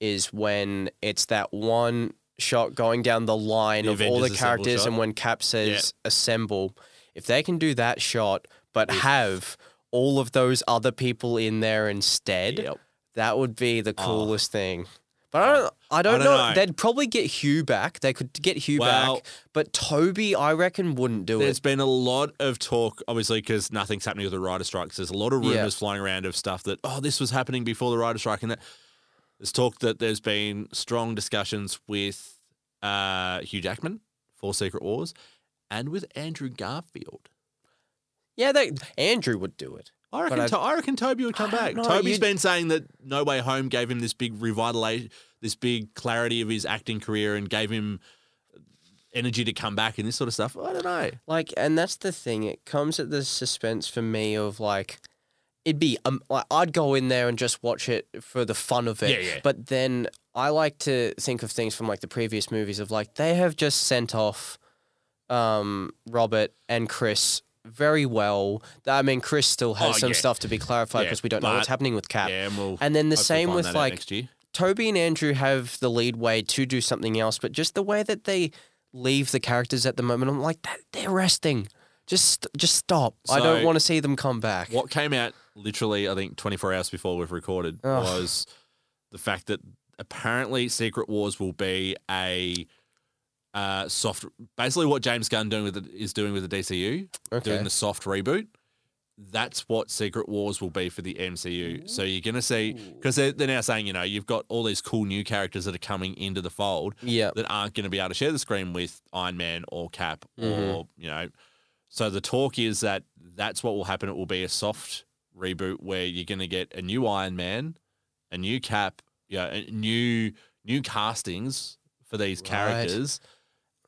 C: Is when it's that one shot going down the line
B: The
C: of all the
B: Avengers assemble
C: characters,
B: shot.
C: and when Cap says "assemble," if they can do that shot, but have all of those other people in there instead.
B: Yep. Ah.
C: That would be the coolest thing. But I don't, I don't,
B: I don't
C: know.
B: know.
C: They'd probably get Hugh back. They could get Hugh
B: Well-
C: back. But Toby, I reckon, wouldn't do
B: There's
C: it.
B: been a lot of talk, obviously, because nothing's happening with the writer strikes. There's a lot of
C: Yeah.
B: rumors flying around of stuff that oh, this was happening before the writer strike, and that there's talk that there's been strong discussions with uh, Hugh Jackman for Secret Wars, and with Andrew Garfield.
C: Yeah, they, Andrew would do it.
B: I reckon,
C: But I-
B: To- I reckon Toby would come
C: don't
B: back.
C: know,
B: Toby's
C: you'd-
B: been saying that No Way Home gave him this big revitalization, this big clarity of his acting career, and gave him energy to come back and this sort of stuff. I don't know.
C: Like, and that's the thing. It comes at the suspense for me of like, it'd be um, like I'd go in there and just watch it for the fun of it.
B: Yeah, yeah.
C: But then I like to think of things from like the previous movies of like they have just sent off um, Robert and Chris very well. I mean, Chris still has
B: Oh,
C: some
B: yeah.
C: stuff to be clarified
B: Yeah,
C: because we don't know what's
B: but-
C: happening with Cap.
B: Yeah, and we'll
C: Uh, And then the
B: hopefully
C: same
B: find
C: with
B: that out
C: like
B: next year.
C: Toby and Andrew have the lead way to do something else, but just the way that they leave the characters at the moment, I'm like, that, they're resting. Just, just stop. I don't
B: So-
C: want to see them come back.
B: What came out literally, I think, 24 hours before we've recorded
C: Ugh.
B: was the fact that apparently Secret Wars will be a uh, soft, basically what James Gunn doing with the, is doing with the DCU,
C: Okay.
B: doing the soft reboot. That's what Secret Wars will be for the MCU. So you're going to see, because they're, they're now saying, you know, you've got all these cool new characters that are coming into the fold
C: Yeah. Mm-hmm.
B: that aren't going to be able to share the screen with Iron Man or Cap or, you know, So the talk is that that's what will happen. It will be a soft reboot where you're going to get a new Iron Man, a new Cap, yeah, a new new castings for these
C: Right.
B: characters,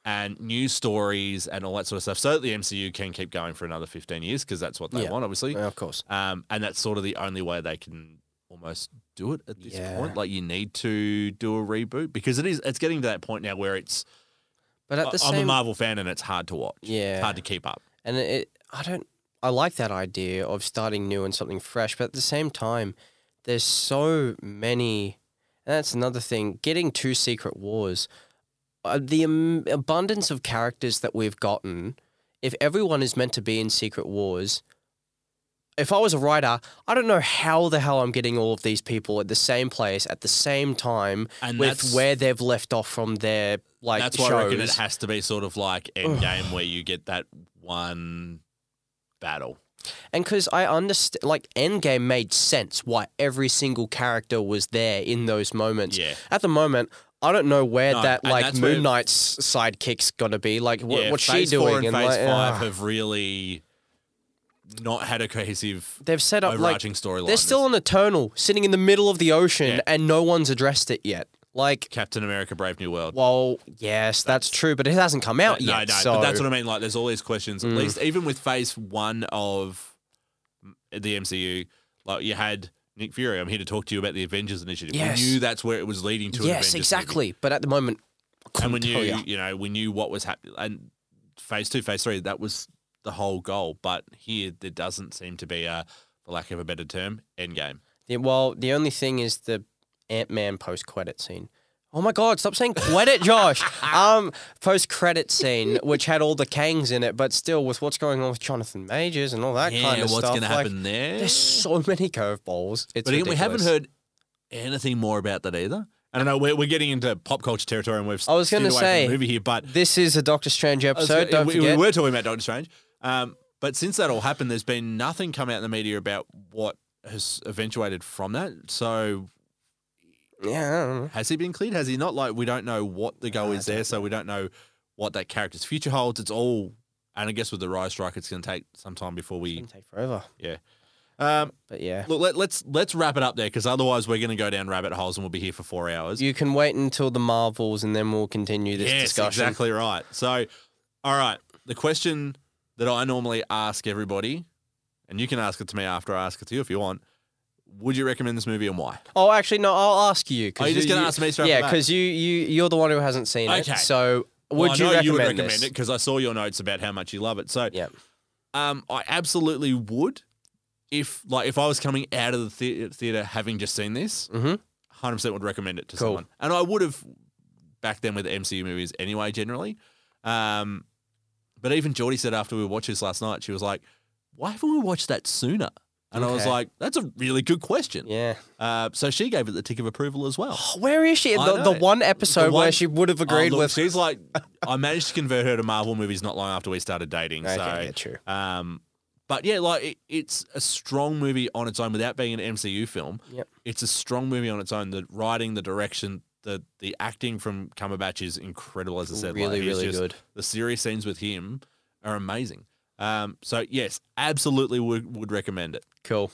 B: and new stories and all that sort of stuff, so that the MCU can keep going for another 15 years because that's what they
C: Yeah.
B: want, obviously.
C: Yeah, of course.
B: Um, and that's sort of the only way they can almost do it at this
C: Yeah.
B: point. Like you need to do a reboot because it is it's getting to that point now where it's
C: But
B: I-
C: at the
B: Uh, I'm a
C: same,
B: Marvel fan and it's hard to watch.
C: Yeah.
B: It's hard to keep up.
C: and it, I don't, I like that idea of starting new and something fresh. But at the same time, there's so many. And that's another thing. Getting to Secret Wars, uh, the um, abundance of characters that we've gotten. If everyone is meant to be in Secret Wars, if I was a writer, I don't know how the hell I'm getting all of these people at the same place at the same time
B: And
C: with
B: that's-
C: where they've left off from their like
B: that's why
C: shows.
B: I reckon it has to be sort of
C: [SIGHS]
B: like Endgame where you get that one battle.
C: And because I understand, like Endgame made sense why every single character was there in those moments.
B: Yeah.
C: At the moment, I don't know where
B: No,
C: that
B: and
C: like
B: that's
C: Moon
B: where-
C: Knight's sidekick's gonna be. Like, wh-
B: yeah,
C: what's
B: phase
C: she doing?
B: Four and, phase
C: like,
B: five
C: ah.
B: have really not had a cohesive
C: they've set up like
B: overarching storyline.
C: they're still on Eternal, sitting in the middle of the ocean,
B: Yeah.
C: and no one's addressed it yet. Like,
B: Captain America: Brave New World.
C: well, yes, that's, true, but it hasn't come out
B: no,
C: yet.
B: no,
C: Oh, so Mm.
B: but that's what I mean. Like, there's all these questions. At least, even with Phase One of the MCU, like you had Nick Fury. I'm here to talk to you about the Avengers Initiative.
C: Yes.
B: We knew that's where it was leading to. an Avengers
C: yes,
B: movie.
C: exactly. But at the moment, I couldn't
B: And we knew,
C: tell ya.
B: you know, we knew what was happening. And Phase Two, Phase Three, that was the whole goal. But here, there doesn't seem to be a, for lack of a better term, end game.
C: Yeah, well, the only thing is the Ant Man post credit scene. Oh my God! Stop saying credit, Josh.
B: [LAUGHS]
C: um, post credit scene, which had all the Kangs in it, but still with what's going on with Jonathan Majors and all that kind of
B: what's
C: stuff.
B: going to
C: like,
B: happen there?
C: There's so many curveballs. It's
B: But again, we haven't
C: ridiculous.
B: heard anything more about that either. I don't know. We're, we're getting into pop culture territory, and we've
C: I was
B: going
C: gonna
B: to
C: say-
B: the movie here, but
C: This is a Doctor Strange
B: I was
C: episode.
B: gonna-
C: Don't
B: we, we
C: forget.
B: were talking about Doctor Strange, um, but since that all happened, there's been nothing come out in the media about what has eventuated from that. So
C: yeah. I don't know.
B: has he been cleared? Has he not? Like we don't know what the goal is there, so we don't know what that character's future holds. It's all, and I guess with the rise strike, it's going to take some time before we.
C: Didn't take forever.
B: Yeah. Um,
C: But yeah,
B: look, let, let's let's wrap it up there because otherwise we're going to go down rabbit holes and we'll be here for four hours.
C: you can wait until the Marvels, and then we'll continue this
B: yes,
C: discussion.
B: exactly right. So, all right, the question that I normally ask everybody, and you can ask it to me after I ask it to you if you want. Would you recommend this movie and why?
C: Oh, actually, no. I'll ask you. 'cause
B: Oh, you're just gonna ask me straight off
C: Yeah,
B: the bat?
C: because you you you're the one who hasn't seen
B: Okay.
C: it. So
B: Well,
C: would
B: I
C: you
B: know
C: recommend
B: you would recommend
C: this?
B: it because I saw your notes about how much you love it. So,
C: Yeah.
B: um, I absolutely would. If like if I was coming out of the thea- theater having just seen this,
C: Mhm.
B: hundred percent would recommend it to
C: Cool.
B: someone. And I would have back then with MCU movies anyway, generally. Um, but even Geordie said after we watched this last night, she was like, "Why haven't we watched that sooner?" And I was
C: Okay.
B: like, "That's a really good question."
C: Yeah.
B: Uh, so she gave it the tick of approval as well.
C: Where is she?
B: I
C: The, the
B: know.
C: one episode
B: The one-
C: where she would have agreed
B: Oh, look,
C: with.
B: She's
C: [LAUGHS]
B: like, I managed to convert her to Marvel movies not long after we started dating.
C: Okay,
B: so,
C: yeah, true.
B: Um, but yeah, like it, it's a strong movie on its own without being an MCU film.
C: Yep.
B: It's a strong movie on its own. The writing, the direction, the the acting from Cumberbatch is incredible. As I said,
C: Really,
B: like, he's
C: really
B: just-
C: good.
B: The serious scenes with him are amazing. Um, so yes, absolutely would would recommend it.
C: Cool.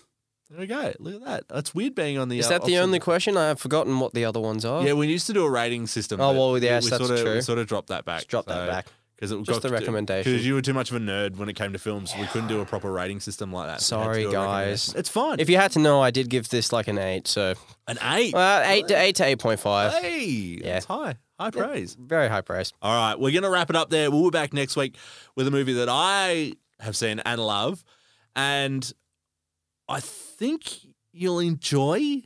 B: There we go. Look at that. That's weird being on the.
C: Is
B: uh,
C: that the
B: opposite-
C: only question? I have forgotten what the other ones are.
B: Yeah, we used to do a rating system.
C: Oh,
B: but
C: well,
B: we-
C: yes,
B: we
C: that's
B: sort of, We
C: true.
B: sort of dropped that back.
C: Just drop that back.
B: because it
C: Just the recommendation.
B: Because you were too much of a nerd when it came to films, we couldn't do a proper rating system like that. We had to
C: Sorry,
B: do a recommendation.
C: guys.
B: It's fine.
C: If you Uh, had to know, I did give this like an eight. So
B: An eight.
C: well, eight to eight to eight point five.
B: hey, that's high, high praise.
C: Very high praise.
B: All right, we're going to wrap it up there. We'll be back next week with a movie that I have seen and love. And I think you'll enjoy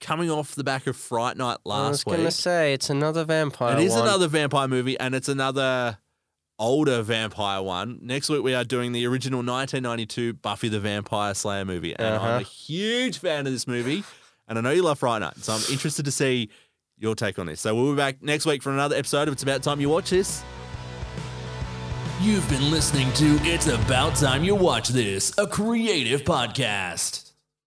B: coming off the back of Fright Night
C: I was
B: last
C: gonna
B: week.
C: say it's another vampire.
B: Ah, It is
C: one.
B: another vampire movie, and it's another older vampire one. Next week we are doing the original 1992 Buffy the Vampire Slayer movie, and I'm
C: Uh-huh.
B: a huge fan of this movie. And I know you love Friday Night, so I'm interested to see your take on this. So we'll be back next week for another episode of It's About Time You Watch This.
A: You've been listening to It's About Time You Watch This, a creative podcast.